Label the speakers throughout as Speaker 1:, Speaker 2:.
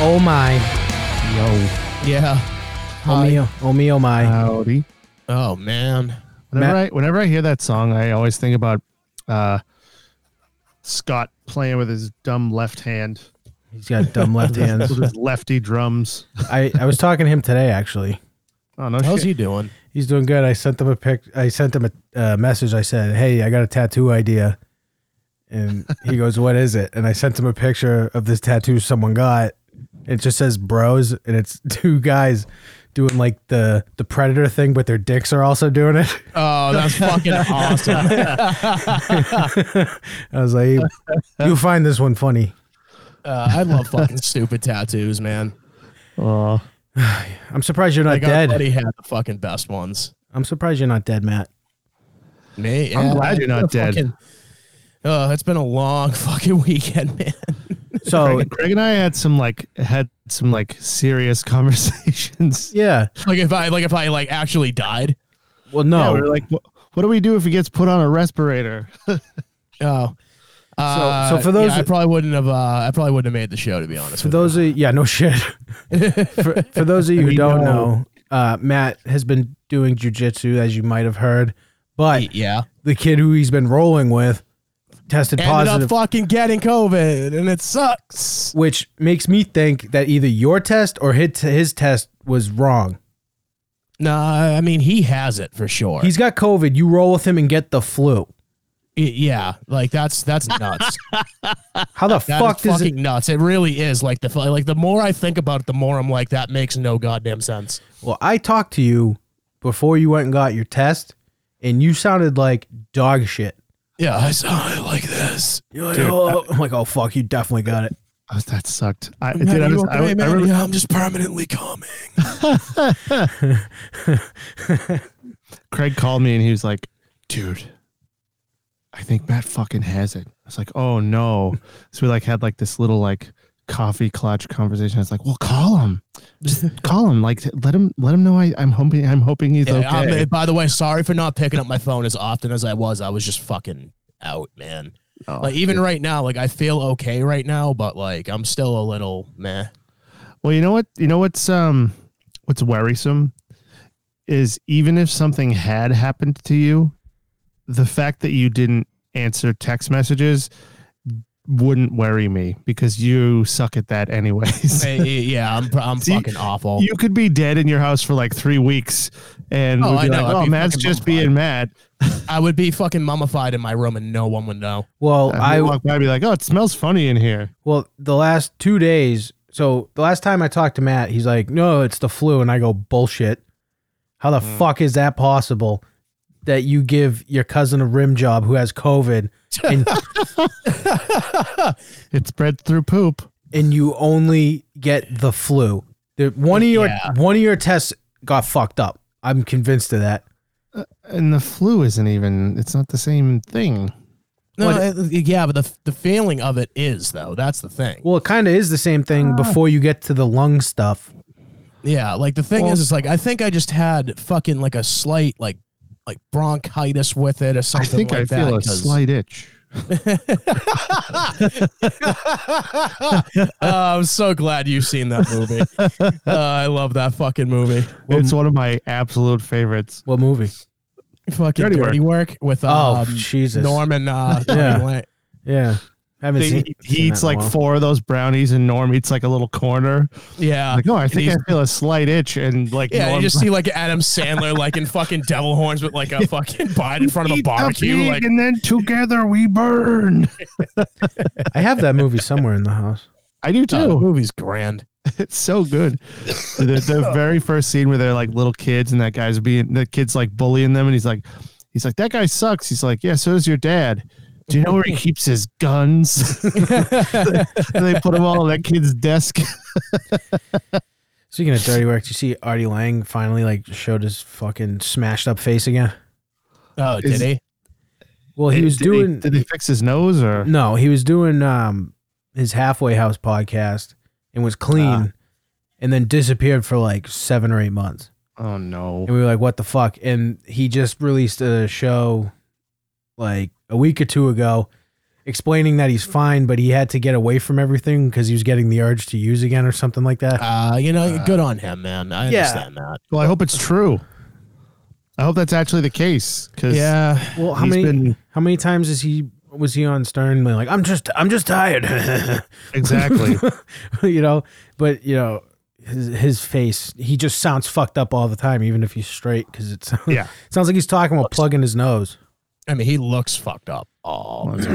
Speaker 1: oh my.
Speaker 2: Yo.
Speaker 3: Yeah.
Speaker 1: Oh me, oh me, oh my.
Speaker 2: Howdy.
Speaker 3: Uh, Oh man.
Speaker 2: Whenever
Speaker 1: Matt-
Speaker 2: I whenever I hear that song, I always think about uh, Scott playing with his dumb left hand,
Speaker 1: He's got dumb left hands.
Speaker 2: with his lefty drums.
Speaker 1: I, I was talking to him today, actually.
Speaker 2: Oh no!
Speaker 3: How's
Speaker 2: shit.
Speaker 3: he doing?
Speaker 1: He's doing good. I sent him a pic. I sent him a uh, message. I said, "Hey, I got a tattoo idea," and he goes, "What is it?" And I sent him a picture of this tattoo someone got. It just says "bros," and it's two guys doing like the the predator thing, but their dicks are also doing it.
Speaker 3: Oh, that's fucking awesome.
Speaker 1: I was like, "You find this one funny."
Speaker 3: Uh, I love fucking stupid tattoos, man.
Speaker 2: Aw.
Speaker 1: I'm surprised you're not
Speaker 3: Like our
Speaker 1: dead.
Speaker 3: buddy had the fucking best ones.
Speaker 1: I'm surprised you're not dead, Matt.
Speaker 3: Me,
Speaker 2: I'm
Speaker 3: yeah,
Speaker 2: glad you're
Speaker 3: I-
Speaker 2: not dead.
Speaker 3: fucking- oh, it's been a long fucking weekend, man.
Speaker 1: So
Speaker 2: Craig, Craig and I had some like had some like serious conversations.
Speaker 1: yeah,
Speaker 3: Like if I like if I like actually died.
Speaker 1: well,
Speaker 2: Yeah,
Speaker 1: no,
Speaker 2: we were like, "Wha- Oh. what do we do if he gets put on a respirator?
Speaker 3: Oh. Uh,
Speaker 1: So- so for those-
Speaker 3: yeah, I probably wouldn't have. Uh, I probably wouldn't have made the show to be honest.
Speaker 1: For
Speaker 3: with you.
Speaker 1: those of yeah, no shit. for, for those of you who
Speaker 2: We
Speaker 1: don't
Speaker 2: know.
Speaker 1: know, uh, Matt has been doing jujitsu, as you might have heard, but
Speaker 3: yeah,
Speaker 1: the kid who he's been rolling with tested
Speaker 3: ended
Speaker 1: positive,
Speaker 3: up fucking getting COVID, and it sucks.
Speaker 1: which makes me think that either your test or his, his test was wrong.
Speaker 3: No, I mean he has it for sure.
Speaker 1: He's got COVID. You roll with him and get the flu.
Speaker 3: Y- yeah, like that's that's nuts.
Speaker 1: How the
Speaker 3: That is
Speaker 1: fuck does it?
Speaker 3: fucking nuts. It really is. Like the fu- like the more I think about it, the more I'm like that makes no goddamn sense.
Speaker 1: Well, I talked to you before you went and got your test, and you sounded like dog shit.
Speaker 3: Yeah, I saw it like this.
Speaker 1: You're like, "Oh," I'm like, oh fuck, you definitely got it.
Speaker 2: Oh, that sucked. I, dude, I, was, I, I remember
Speaker 3: I'm just permanently calming.
Speaker 2: Craig called me and he was like, dude, I think Matt fucking has it. I was like, oh no. So we like had like this little like coffee clutch conversation. I was like, well, call him. Just call him. Like let him let him know I, I'm hoping I'm hoping he's okay.
Speaker 3: by the way, sorry for not picking up my phone as often as I was. I was just fucking out, man.
Speaker 2: Oh,
Speaker 3: Like even right now, like I feel okay right now, but like I'm still a little meh.
Speaker 2: Well, you know what? You know what's um what's worrisome is even if something had happened to you, the fact that you didn't answer text messages wouldn't worry me because you suck at that anyways.
Speaker 3: Eh, eh, yeah, I'm I'm
Speaker 2: See,
Speaker 3: fucking awful.
Speaker 2: You could be dead in your house for like three weeks, and
Speaker 3: Oh,
Speaker 2: we'd
Speaker 3: I
Speaker 2: be
Speaker 3: know.
Speaker 2: like,
Speaker 3: I'd
Speaker 2: "Oh,
Speaker 3: be
Speaker 2: Matt's
Speaker 3: fucking
Speaker 2: just
Speaker 3: mummified."
Speaker 2: being mad."
Speaker 3: I would be fucking mummified in my room and no one would know.
Speaker 1: Well,
Speaker 2: I,
Speaker 1: I
Speaker 2: walk by, and be like, "Oh, it smells funny in here."
Speaker 1: Well, the last two days. So the last time I talked to Matt, he's like, "No, it's the flu," and I go, "Bullshit! How the
Speaker 2: Mm.
Speaker 1: fuck is that possible? That you give your cousin a rim job who has COVID, and
Speaker 2: It spread through poop.
Speaker 1: and you only get the flu? The, one of your
Speaker 3: Yeah.
Speaker 1: one of your tests got fucked up. I'm convinced of that.
Speaker 2: And the flu isn't even, it's not the same thing.
Speaker 3: No,
Speaker 1: What-
Speaker 3: eh, eh, yeah, but the the feeling of it is though. That's the thing.
Speaker 1: Well, it kind of is the same
Speaker 2: Ah.
Speaker 1: thing before you get to the lung stuff.
Speaker 3: Yeah, like the thing
Speaker 2: Well-
Speaker 3: is, it's like I think I just had fucking like a slight like like bronchitis with it or
Speaker 2: I
Speaker 3: something.
Speaker 2: think
Speaker 3: like
Speaker 2: I
Speaker 3: that,
Speaker 2: feel a
Speaker 3: 'cause-
Speaker 2: slight itch.
Speaker 3: Oh, I'm so glad you've seen that movie. Uh, I love that fucking movie.
Speaker 2: it's one of my absolute favorites.
Speaker 1: What movie?
Speaker 3: Fucking
Speaker 2: Dirty
Speaker 3: Dirty,
Speaker 2: Work.
Speaker 3: Work. with
Speaker 1: Oh,
Speaker 3: um,
Speaker 1: Jesus.
Speaker 3: Norman. Uh,
Speaker 1: Yeah.
Speaker 3: Norman Lang-
Speaker 1: Yeah, haven't
Speaker 2: They-
Speaker 1: seen.
Speaker 2: he
Speaker 1: seen that
Speaker 2: eats
Speaker 1: in a
Speaker 2: like
Speaker 1: while.
Speaker 2: four of those brownies, and Norm eats like a little corner.
Speaker 3: yeah.
Speaker 2: Like, oh, I think I
Speaker 3: he's-
Speaker 2: feel a slight itch, and like,
Speaker 3: yeah, you
Speaker 2: Norm's
Speaker 3: just
Speaker 2: like,
Speaker 3: see like Adam Sandler like in fucking devil horns with like a fucking bite in front of a
Speaker 2: "Eat the
Speaker 3: barbecue.
Speaker 2: pig,
Speaker 3: Like
Speaker 2: and then together we burn.
Speaker 1: I have that movie somewhere in the house.
Speaker 2: I do
Speaker 3: oh,
Speaker 2: too.
Speaker 3: the movie's grand.
Speaker 2: It's so good. The, the very first scene where they're like little kids and that guy's being the kid's like bullying them and he's like he's like that guy sucks. He's like, Yeah, so does your dad. Do you know where he keeps his guns? and they put them all on that kid's desk.
Speaker 1: Speaking of dirty work, did you see Artie Lang finally like showed his fucking smashed up face again?
Speaker 3: Oh,
Speaker 2: Is-
Speaker 3: did he?
Speaker 1: Well, he was
Speaker 2: Did
Speaker 1: doing
Speaker 2: Did he fix his nose or?
Speaker 1: no, he was doing um his halfway house podcast and was clean,
Speaker 2: Ah.
Speaker 1: and then disappeared for like seven or eight months.
Speaker 2: Oh no!
Speaker 1: And we were like, "What the fuck?" And he just released a show like a week or two ago. explaining that he's fine, but he had to get away from everything because he was getting the urge to use again or something like that.
Speaker 3: Uh, you know, good on him, man. I
Speaker 1: Yeah.
Speaker 3: understand that.
Speaker 2: Well, I hope it's true. I hope that's actually the case. Cause
Speaker 3: Yeah.
Speaker 1: Well, how
Speaker 2: he's
Speaker 1: many
Speaker 2: been-
Speaker 1: how many times is he was he on Stern like I'm just I'm just tired,
Speaker 2: exactly.
Speaker 1: you know? But you know his his face he just sounds fucked up all the time, even if he's straight, because it sounds,
Speaker 2: Yeah.
Speaker 1: sounds like he's talking while plugging his nose.
Speaker 3: I mean, he looks fucked up. Oh,
Speaker 1: It's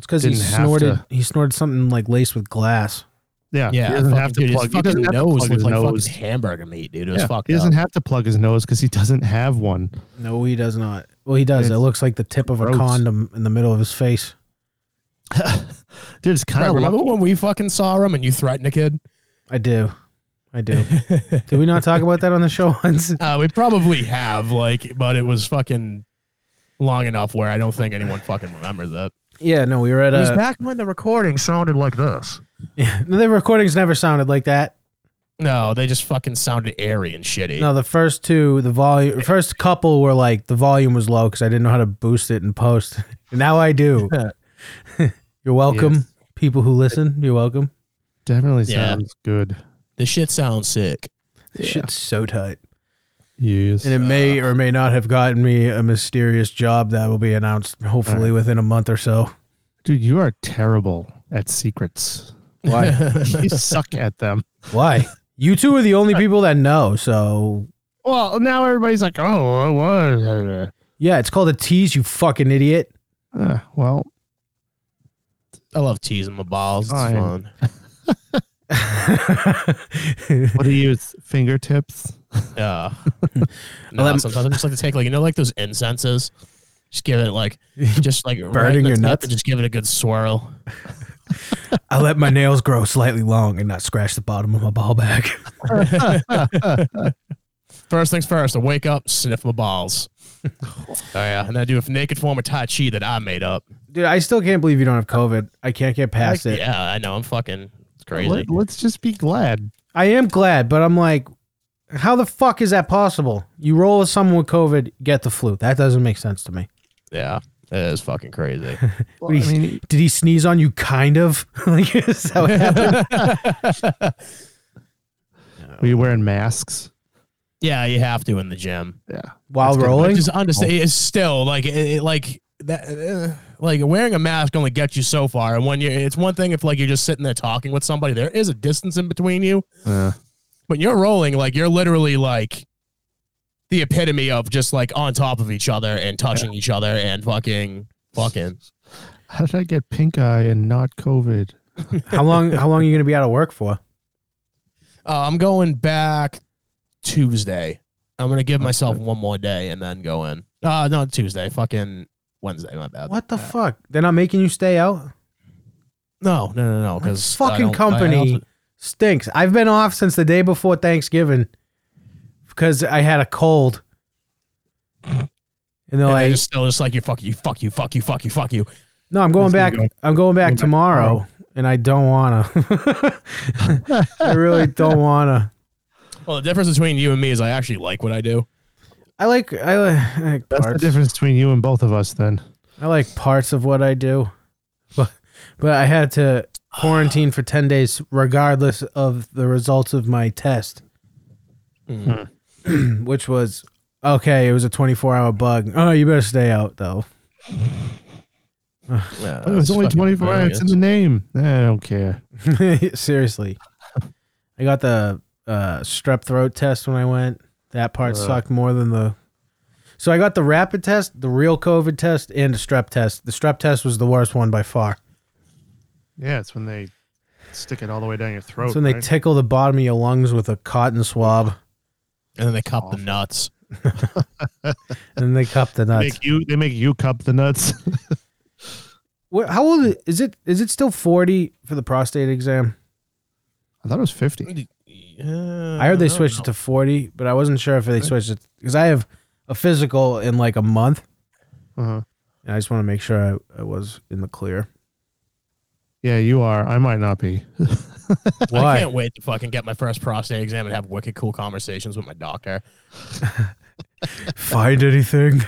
Speaker 1: because he
Speaker 2: Didn't have
Speaker 1: snorted
Speaker 2: to.
Speaker 1: he snorted something like laced with glass.
Speaker 2: Yeah.
Speaker 3: yeah.
Speaker 2: He doesn't
Speaker 3: fucking
Speaker 2: have to
Speaker 3: dude, his
Speaker 2: plug. He
Speaker 3: fucking
Speaker 2: doesn't have to
Speaker 3: nose
Speaker 2: plug
Speaker 3: looks
Speaker 2: his
Speaker 3: like
Speaker 2: nose.
Speaker 3: fucking hamburger meat, dude. It was
Speaker 2: Yeah,
Speaker 3: fucked
Speaker 2: he
Speaker 3: up.
Speaker 2: doesn't have to plug his nose because he doesn't have one.
Speaker 1: No, he does not. Well, he does. it
Speaker 2: It's
Speaker 1: looks like the tip of a
Speaker 2: gross.
Speaker 1: condom in the middle of his face.
Speaker 2: Dude, it's kind
Speaker 3: Craig,
Speaker 2: of
Speaker 3: remember when we fucking saw him and you threatened a kid?
Speaker 1: I do. I do. Did we not talk about that on the show once?
Speaker 3: Uh, we probably have, like, but it was fucking long enough where I don't think anyone fucking remembers it.
Speaker 1: Yeah, no, we were at a.
Speaker 2: back when the recording sounded like this.
Speaker 1: Yeah, the recordings never sounded like that.
Speaker 3: No, they just fucking sounded airy and shitty.
Speaker 1: No, the first two, the volume, first couple were like the volume was low because I didn't know how to boost it in post. And now I do. you're welcome,
Speaker 2: Yes.
Speaker 1: people who listen. You're welcome.
Speaker 2: Definitely
Speaker 3: Yeah.
Speaker 2: sounds good.
Speaker 3: The shit sounds sick.
Speaker 1: This Shit's so tight,
Speaker 2: Yes.
Speaker 1: and it may or may not have gotten me a mysterious job that will be announced hopefully within a month or so.
Speaker 2: Dude, you are terrible at secrets.
Speaker 1: Why?
Speaker 2: you suck at them.
Speaker 1: Why? You two are the only people that know. So
Speaker 2: Well, now everybody's like, oh, what?
Speaker 1: yeah, it's called a tease. You fucking idiot.
Speaker 2: Uh, well,
Speaker 3: I love teasing my balls. It's
Speaker 2: Fine.
Speaker 3: fun.
Speaker 2: what do you use? Fingertips?
Speaker 3: Yeah. no,
Speaker 1: let-
Speaker 3: sometimes I just like to take like you know like those incenses. Just give it like just like
Speaker 1: Burning
Speaker 3: in the
Speaker 1: your
Speaker 3: tip
Speaker 1: nuts?
Speaker 3: and just give it a good swirl.
Speaker 1: I let my nails grow slightly long and not scratch the bottom of my ball bag.
Speaker 3: First things first, I wake up, sniff my balls. oh yeah, and I do a naked form of tai chi that I made up.
Speaker 1: Dude, I still can't believe you don't have COVID. I can't get past it.
Speaker 3: Yeah, I know. I'm fucking. It's crazy.
Speaker 2: Let, us just be glad.
Speaker 1: I am glad, but I'm like, how the fuck is that possible? You roll with someone with COVID, get the flu. That doesn't make sense to me.
Speaker 3: Yeah, it is fucking crazy.
Speaker 2: Well, I mean,
Speaker 1: Did he sneeze on you? Kind of. like, is that what happened?
Speaker 2: were you wearing masks?
Speaker 3: yeah, you have to in the gym.
Speaker 2: Yeah.
Speaker 1: While
Speaker 2: That's good.
Speaker 1: rolling?
Speaker 3: Which is understand it's still like it, it- like that uh, like wearing a mask only gets you so far and when you it's one thing if like you're just sitting there talking with somebody there is a distance in between you
Speaker 2: Uh,
Speaker 3: but you're rolling like you're literally like the epitome of just like on top of each other and touching each other and fucking fucking
Speaker 2: how did I get pink eye and not COVID?
Speaker 1: how long how long are you gonna be out of work for?
Speaker 3: uh, I'm going back Tuesday I'm gonna give myself one more day and then go in uh not Tuesday fucking Wednesday my bad
Speaker 1: What the fuck? They're not making you stay out?
Speaker 3: no no no no because
Speaker 1: This fucking company stinks. I've been off since the day before Thanksgiving because I had a cold. And they're
Speaker 3: And
Speaker 1: like,
Speaker 3: they're just still just like you fuck you fuck you fuck you fuck you fuck you.
Speaker 1: "No, I'm going
Speaker 2: Just gonna
Speaker 1: back.
Speaker 2: go-
Speaker 1: I'm going back
Speaker 2: back
Speaker 1: tomorrow,
Speaker 2: tomorrow.
Speaker 1: and I don't wanna. I really don't wanna.
Speaker 3: Well, the difference between you and me is I actually like what I do.
Speaker 1: I like I like, I like
Speaker 2: That's
Speaker 1: parts.
Speaker 2: the difference between you and both of us then.
Speaker 1: I like parts of what I do, but but I had to quarantine for ten days regardless of the results of my test,
Speaker 2: Hmm.
Speaker 1: which was okay. It was a twenty four hour bug. Oh, you better stay out though.
Speaker 3: Yeah,
Speaker 2: It was only 24 hours. It's in the name. Eh, I don't care.
Speaker 1: Seriously, I got the uh, strep throat test when I went. That part sucked more than the. So I got the rapid test, the real COVID test, and the strep test. The strep test was the worst one by far.
Speaker 2: Yeah, it's when they stick it all the way down your throat.
Speaker 1: It's when they
Speaker 2: right?
Speaker 1: tickle the bottom of your lungs with a cotton swab,
Speaker 3: And then they cup the nuts.
Speaker 1: and then they cup the
Speaker 2: They
Speaker 1: nuts.
Speaker 2: make you they make you cup the nuts.
Speaker 1: What, how old i- is it? Is it still forty for the prostate exam?
Speaker 2: I thought it was 50.
Speaker 1: I heard they switched it to forty, but I wasn't sure if they switched it because I have a physical in like a month,
Speaker 2: Uh-huh.
Speaker 1: and I just want to make sure I, I was in the clear.
Speaker 2: Yeah, you are. I might not be.
Speaker 1: Why?
Speaker 3: I can't wait to fucking get my first prostate exam and have wicked cool conversations with my doctor.
Speaker 1: Find anything?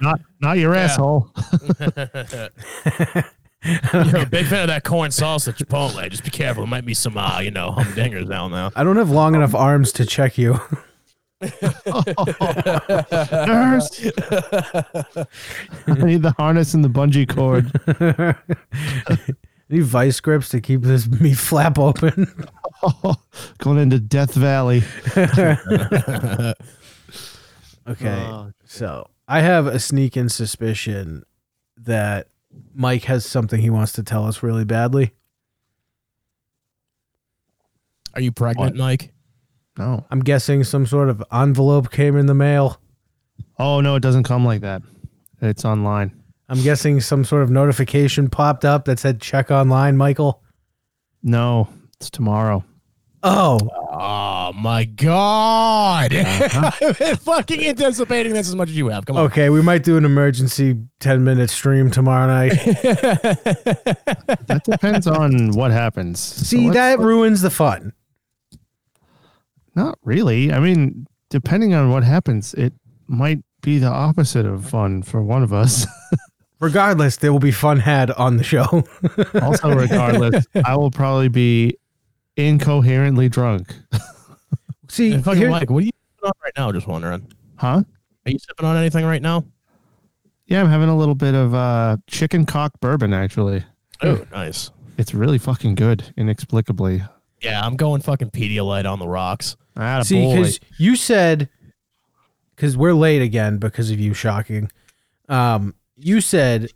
Speaker 2: Not not your
Speaker 3: Yeah.
Speaker 2: asshole.
Speaker 3: You're a big fan of that corn salsa Chipotle. Just be careful. It might be some, uh, you know, humdingers down there.
Speaker 1: I don't have long enough arms to check you.
Speaker 2: Nurse. I need the harness and the bungee cord.
Speaker 1: Any vice grips to keep this meat flap open?
Speaker 2: Oh, going into Death Valley.
Speaker 1: Okay.
Speaker 2: Oh,
Speaker 1: so I have a sneaking suspicion that Mike has something he wants to tell us really badly.
Speaker 3: Are you pregnant, Mike?
Speaker 2: no.
Speaker 1: I'm guessing some sort of envelope came in the mail.
Speaker 2: Oh no, it doesn't come like that. It's online.
Speaker 1: I'm guessing some sort of notification popped up that said check online, Michael.
Speaker 2: No, it's tomorrow.
Speaker 1: Oh,
Speaker 3: Oh, my God.
Speaker 1: Uh-huh.
Speaker 3: I've been fucking anticipating this as much as you have. Come on.
Speaker 1: okay. We might do an emergency 10 minute stream tomorrow night.
Speaker 2: That depends on what happens. So
Speaker 1: See,
Speaker 2: let's-
Speaker 1: that ruins the fun.
Speaker 2: Not really. I mean, depending on what happens, it might be the opposite of fun for one of us.
Speaker 1: Regardless, there will be fun had on the show.
Speaker 2: also, regardless, I will probably be incoherently drunk.
Speaker 1: See,
Speaker 3: And fucking
Speaker 1: Oh, here-
Speaker 3: Mike, what are you sipping on right now? Just wondering.
Speaker 2: Huh?
Speaker 3: Are you sipping on anything right now?
Speaker 2: Yeah, I'm having a little bit of uh, chicken cock bourbon, actually.
Speaker 3: Oh, nice.
Speaker 2: It's really fucking good, inexplicably.
Speaker 3: Yeah, I'm going fucking Pedialyte on the rocks.
Speaker 2: Atta
Speaker 1: See,
Speaker 2: boy.
Speaker 1: because you said, because we're late again because of you. Shocking. Um, you said,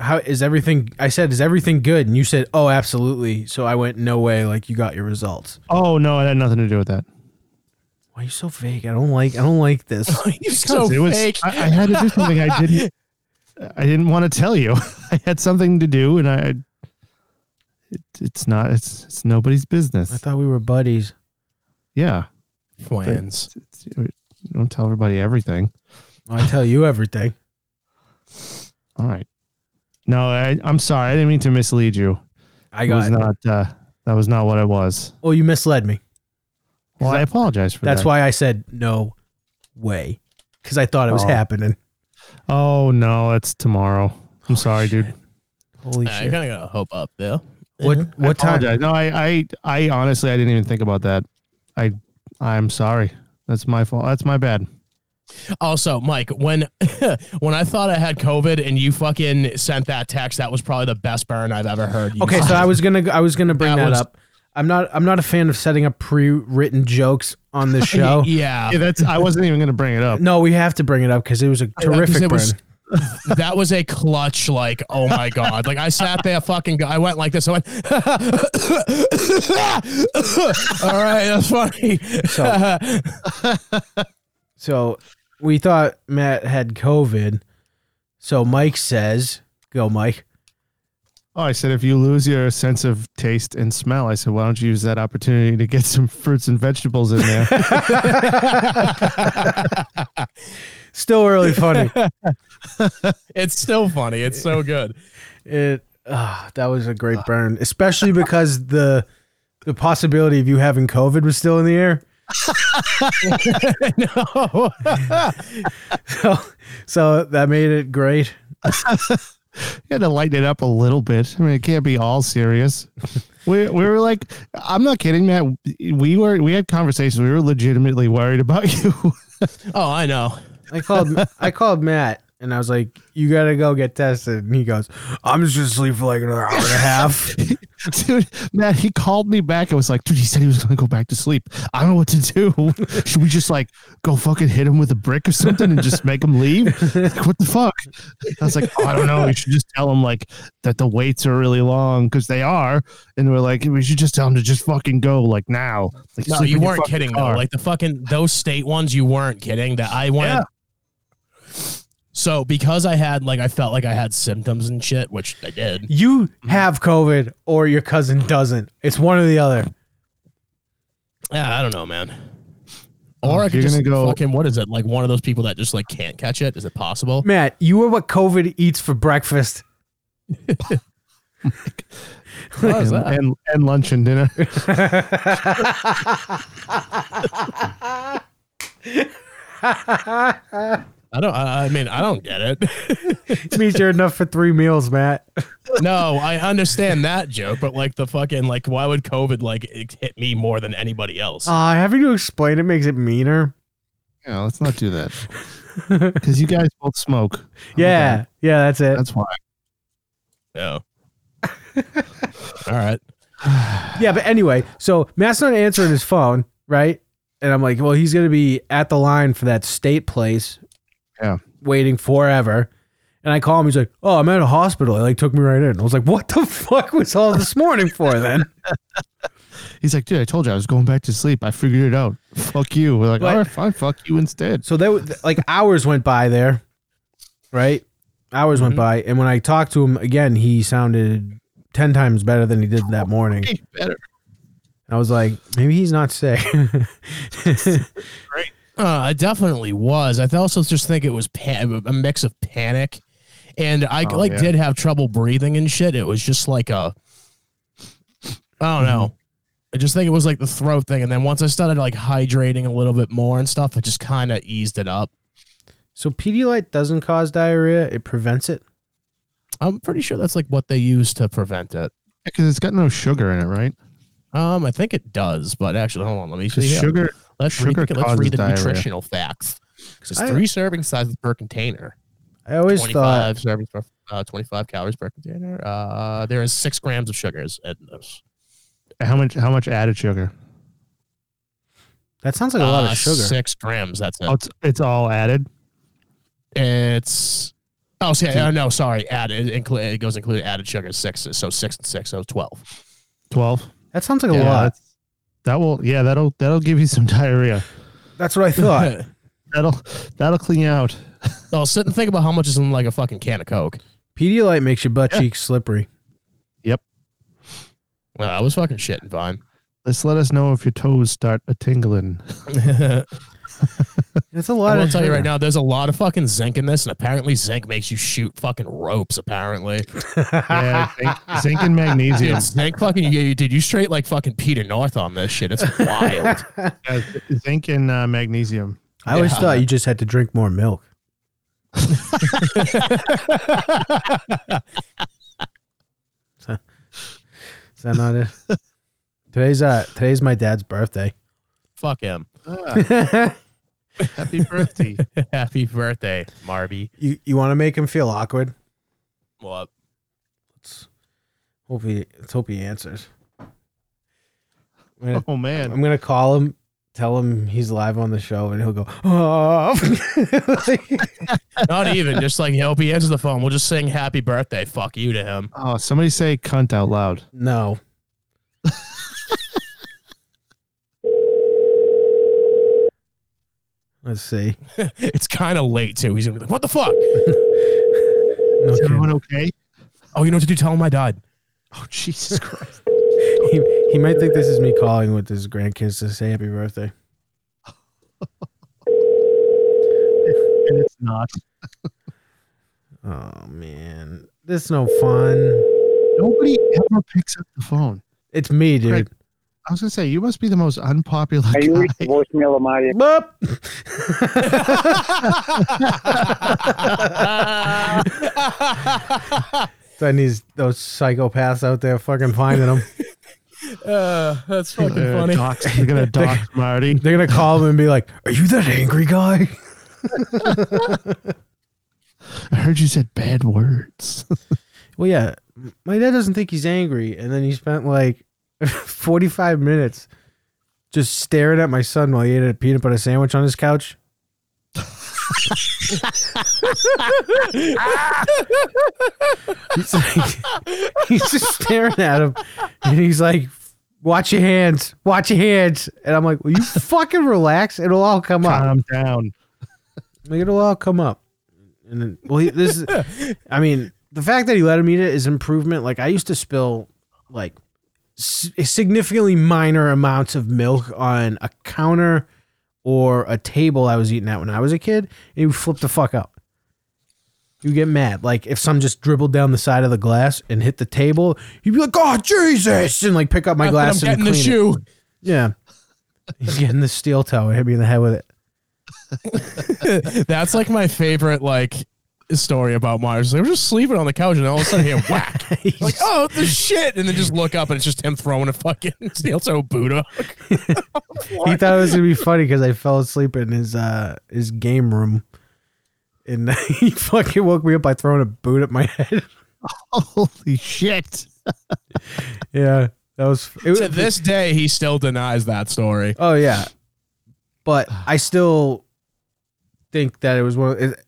Speaker 1: "How is everything?" I said, "Is everything good?" And you said, "Oh, absolutely." So I went, "No way!" Like you got your results.
Speaker 2: Oh, no, it had nothing to do with that.
Speaker 1: Why are you so fake? I don't like. I don't like this.
Speaker 3: You're so
Speaker 2: it was,
Speaker 3: fake.
Speaker 2: I, I had to do something I didn't. I didn't want to tell you. I had something to do, and I. It, it's not. It's it's nobody's
Speaker 1: I
Speaker 2: business.
Speaker 1: thought we were buddies.
Speaker 2: Yeah,
Speaker 3: Twins.
Speaker 2: It's- it's- don't tell everybody everything.
Speaker 1: I tell you everything.
Speaker 2: All right. No, I, I'm sorry. I didn't mean to mislead you.
Speaker 1: I
Speaker 2: It
Speaker 1: got.
Speaker 2: was
Speaker 1: It
Speaker 2: not. Uh, that was not what I was.
Speaker 1: oh, you misled me.
Speaker 2: Well, I apologize for
Speaker 1: That's
Speaker 2: that.
Speaker 1: why I said no way, because I thought it was
Speaker 2: Oh.
Speaker 1: happening.
Speaker 2: That's why. Oh no, it's tomorrow. I'm sorry, dude.
Speaker 1: Holy
Speaker 3: Uh, I
Speaker 1: shit!
Speaker 3: kind of got to hope up there.
Speaker 1: What
Speaker 2: I
Speaker 1: what time?
Speaker 2: apologize. No, I, I, I honestly, I didn't even think about that. I, I'm sorry. That's my fault. That's my bad.
Speaker 3: Also, Mike, when when I thought I had COVID and you fucking sent that text, that was probably the best burn I've ever heard. You
Speaker 1: Okay, so I was gonna I was gonna bring
Speaker 3: That
Speaker 1: that,
Speaker 3: was-
Speaker 1: up. I'm not I'm not a fan of setting up pre-written jokes on the show.
Speaker 3: yeah,
Speaker 2: Yeah, that's. I wasn't even going to bring it up.
Speaker 1: No, we have to bring it up because it was a terrific
Speaker 3: it
Speaker 1: burn.
Speaker 3: was- that was a clutch. Like, oh my god! Like I sat there, fucking. I went like this. I went. All right, that's funny.
Speaker 1: So- so we thought Matt had COVID. So Mike says, "Go, Mike."
Speaker 2: Oh, I said if you lose your sense of taste and smell, I said why don't you use that opportunity to get some fruits and vegetables in there?
Speaker 1: Still really funny.
Speaker 3: it's still funny. It's so good.
Speaker 1: it ah, that was a great burn, especially because the the possibility of you having COVID was still in the air.
Speaker 3: no.
Speaker 1: So so that made it great.
Speaker 2: You had to lighten it up a little bit. I mean, it can't be all serious. We, we were like, I'm not kidding, Matt. We were we had conversations. We were legitimately worried about you.
Speaker 3: Oh, I know.
Speaker 1: I called I called Matt and I was like, "You gotta go get tested." And he goes, "I'm just gonna sleep for like another hour and a half."
Speaker 2: dude, Matt, he called me back and was like, dude, he said he was gonna go back to sleep. I don't know what to do. Should we just like go fucking hit him with a brick or something and just make him leave? Like, what the fuck? I was like, oh, I don't know. We should just tell him like that the waits are really long because they are. And we're like, we should just tell him to just fucking go like now. Like,
Speaker 3: No,
Speaker 2: sleep
Speaker 3: you
Speaker 2: in your
Speaker 3: weren't
Speaker 2: fucking
Speaker 3: kidding
Speaker 2: car.
Speaker 3: though. Like the fucking those state ones, you weren't kidding. That I went.
Speaker 2: Yeah.
Speaker 3: So because I had like I felt like I had symptoms and shit, which I did.
Speaker 1: you have COVID or your cousin doesn't. It's one or the other.
Speaker 3: Yeah, I don't know, man. Or I could
Speaker 2: Oh, You're
Speaker 3: just
Speaker 2: gonna go-
Speaker 3: fucking what is it? Like one of those people that just like can't catch it. Is it possible?
Speaker 1: Matt, you are what COVID eats for breakfast.
Speaker 3: How is
Speaker 2: and,
Speaker 3: that?
Speaker 2: and and lunch and dinner.
Speaker 3: I don't. I, I mean, I don't get it.
Speaker 1: It means you're enough for three meals, Matt.
Speaker 3: no, I understand that joke, but like the fucking like, why would COVID like it hit me more than anybody else?
Speaker 1: Uh, having to explain it makes it meaner.
Speaker 2: yeah, let's not do that because you guys both smoke.
Speaker 1: yeah, yeah, that's it.
Speaker 2: That's why.
Speaker 3: No. All right.
Speaker 1: yeah, but anyway, so Matt's not answering his phone, right? And I'm like, well, he's gonna be at the line for that state place,
Speaker 2: Yeah.
Speaker 1: waiting forever. And I call him. He's like, "Oh, I'm at a hospital." He like took me right in. I was like, "What the fuck was all this morning for then?"
Speaker 2: He's like, dude, I told you I was going back to sleep. I figured it out. Fuck you. We're like,
Speaker 1: What?
Speaker 2: all right, fine, fuck you instead.
Speaker 1: so there were- like hours went by there right hours went by and when i talked to him again he sounded 10 times better than he did that morning
Speaker 2: Hey, better.
Speaker 1: i was like maybe he's not sick
Speaker 3: Uh, I definitely was. I th- also just think it was pan- a mix of panic, and I
Speaker 2: Oh,
Speaker 3: like
Speaker 2: yeah.
Speaker 3: did have trouble breathing and shit. It was just like a, I don't know.
Speaker 2: Mm-hmm.
Speaker 3: I just think it was like the throat thing, and then once I started like hydrating a little bit more and stuff, it just kind of eased it up.
Speaker 1: so pedialyte doesn't cause diarrhea it prevents it
Speaker 3: I'm pretty sure that's like what they use to prevent it.
Speaker 2: Because it's got no sugar in it, right?
Speaker 3: Um, I think it does, but actually, hold on, let me see.
Speaker 2: Because
Speaker 3: here.
Speaker 2: sugar.
Speaker 3: let's
Speaker 2: sugar
Speaker 3: read, let's
Speaker 2: causes
Speaker 3: read the
Speaker 2: diarrhea.
Speaker 3: nutritional facts. 'Cause it's
Speaker 1: I-
Speaker 3: three serving sizes per container.
Speaker 1: i always
Speaker 3: 25
Speaker 1: thought
Speaker 3: servings per uh, 25 calories per container. Uh, there is six grams of sugars in this.
Speaker 2: How much? How much added sugar?
Speaker 1: that sounds like a lot
Speaker 3: Uh,
Speaker 1: of sugar
Speaker 3: Six grams. That's it.
Speaker 2: Oh, it's, it's all added.
Speaker 3: It's oh, see, uh, no, sorry. Added include it goes included added sugar six. So six and six. So twelve.
Speaker 2: Twelve.
Speaker 1: that sounds like a
Speaker 2: Yeah,
Speaker 1: lot
Speaker 2: that's- That will. Yeah, that'll that'll give you some diarrhea.
Speaker 1: that's what i thought
Speaker 2: That'll that'll clean you out.
Speaker 3: oh, sit and think about how much is in like a fucking can of Coke.
Speaker 1: pedialyte makes your butt cheeks slippery
Speaker 3: Well, I was fucking shitting fine.
Speaker 2: Just let us know if your toes start a tingling.
Speaker 1: it's a lot
Speaker 3: I will
Speaker 1: of
Speaker 3: tell you
Speaker 1: sugar.
Speaker 3: right now, there's a lot of fucking zinc in this, and apparently zinc makes you shoot fucking ropes. Apparently,
Speaker 2: Yeah, zinc, zinc and magnesium.
Speaker 3: dude, zinc fucking you, dude, you straight like fucking Peter North on this shit. It's wild.
Speaker 2: Yeah, zinc and uh, magnesium.
Speaker 1: i always
Speaker 3: Yeah.
Speaker 1: thought you just had to drink more milk is that not it today's uh today's my dad's birthday
Speaker 3: Fuck him.
Speaker 2: Ah, happy birthday!
Speaker 3: Happy birthday, Marby.
Speaker 1: You you want to make him feel awkward?
Speaker 3: What?
Speaker 1: Let's hope he let's hope he answers. I'm gonna,
Speaker 2: Oh man,
Speaker 1: I'm gonna call him, tell him he's live on the show, and he'll go. Oh,
Speaker 3: Not even. Just like, hope he answers the phone. We'll just sing happy birthday. Fuck you to him.
Speaker 2: oh somebody say cunt out loud.
Speaker 1: no. Let's see.
Speaker 3: It's kind of late, too. He's going to be like, what the fuck?
Speaker 1: No
Speaker 2: Is
Speaker 1: kidding.
Speaker 2: everyone okay?
Speaker 3: Oh, you know what to do? Tell him I died.
Speaker 2: Oh Jesus Christ!
Speaker 1: He, he might think this is me calling with his grandkids to say happy birthday.
Speaker 2: and it's not.
Speaker 1: Oh man, this is no fun.
Speaker 2: Nobody ever picks up the phone.
Speaker 1: It's me, dude.
Speaker 2: Greg, I was gonna say you must be the most unpopular
Speaker 4: Are you
Speaker 2: guy.
Speaker 4: reached the voicemail of Marty?
Speaker 1: Boop.
Speaker 3: Uh,
Speaker 1: I need those psychopaths out there fucking finding them.
Speaker 3: Uh, that's fucking
Speaker 2: They're gonna dox- You're gonna dox Marty.
Speaker 1: They're gonna call him and be like, "Are you that angry guy?"
Speaker 2: I heard you said bad words.
Speaker 1: Well, yeah. My dad doesn't think he's angry, and then he spent like forty-five minutes just staring at my son while he ate a peanut butter sandwich on his couch. he's like, he's just staring at him, and he's like, "Watch your hands, watch your hands," and I'm like, "Will you fucking relax? It'll all come up."
Speaker 2: Calm down.
Speaker 1: Like it'll all come up. And then, well, he, this is, I mean, the fact that he let him eat it is improvement. Like I used to spill like s- significantly minor amounts of milk on a counter or a table I was eating at when I was a kid, and he would flip the fuck up. you get mad. Like if some just dribbled down the side of the glass and hit the table, you'd be like, "Oh Jesus!" and like pick up my
Speaker 3: Not that
Speaker 1: glass
Speaker 3: I'm
Speaker 1: and
Speaker 3: getting the
Speaker 1: clean it.
Speaker 3: shoe.
Speaker 1: Yeah, he's getting the steel toe and hit me in the head with it.
Speaker 3: That's like my favorite like story about Mars. They were just sleeping on the couch and all of a sudden here whack. like, oh the shit. And then just look up and it's just him throwing a fucking steel toe Buddha.
Speaker 1: He thought it was gonna be funny because I fell asleep in his uh his game room, and he fucking woke me up by throwing a boot at my head.
Speaker 2: Holy shit.
Speaker 1: Yeah, that was. It,
Speaker 3: to
Speaker 1: was-
Speaker 3: this day he still denies that story.
Speaker 1: oh yeah, but I still think that it was one. Of, it,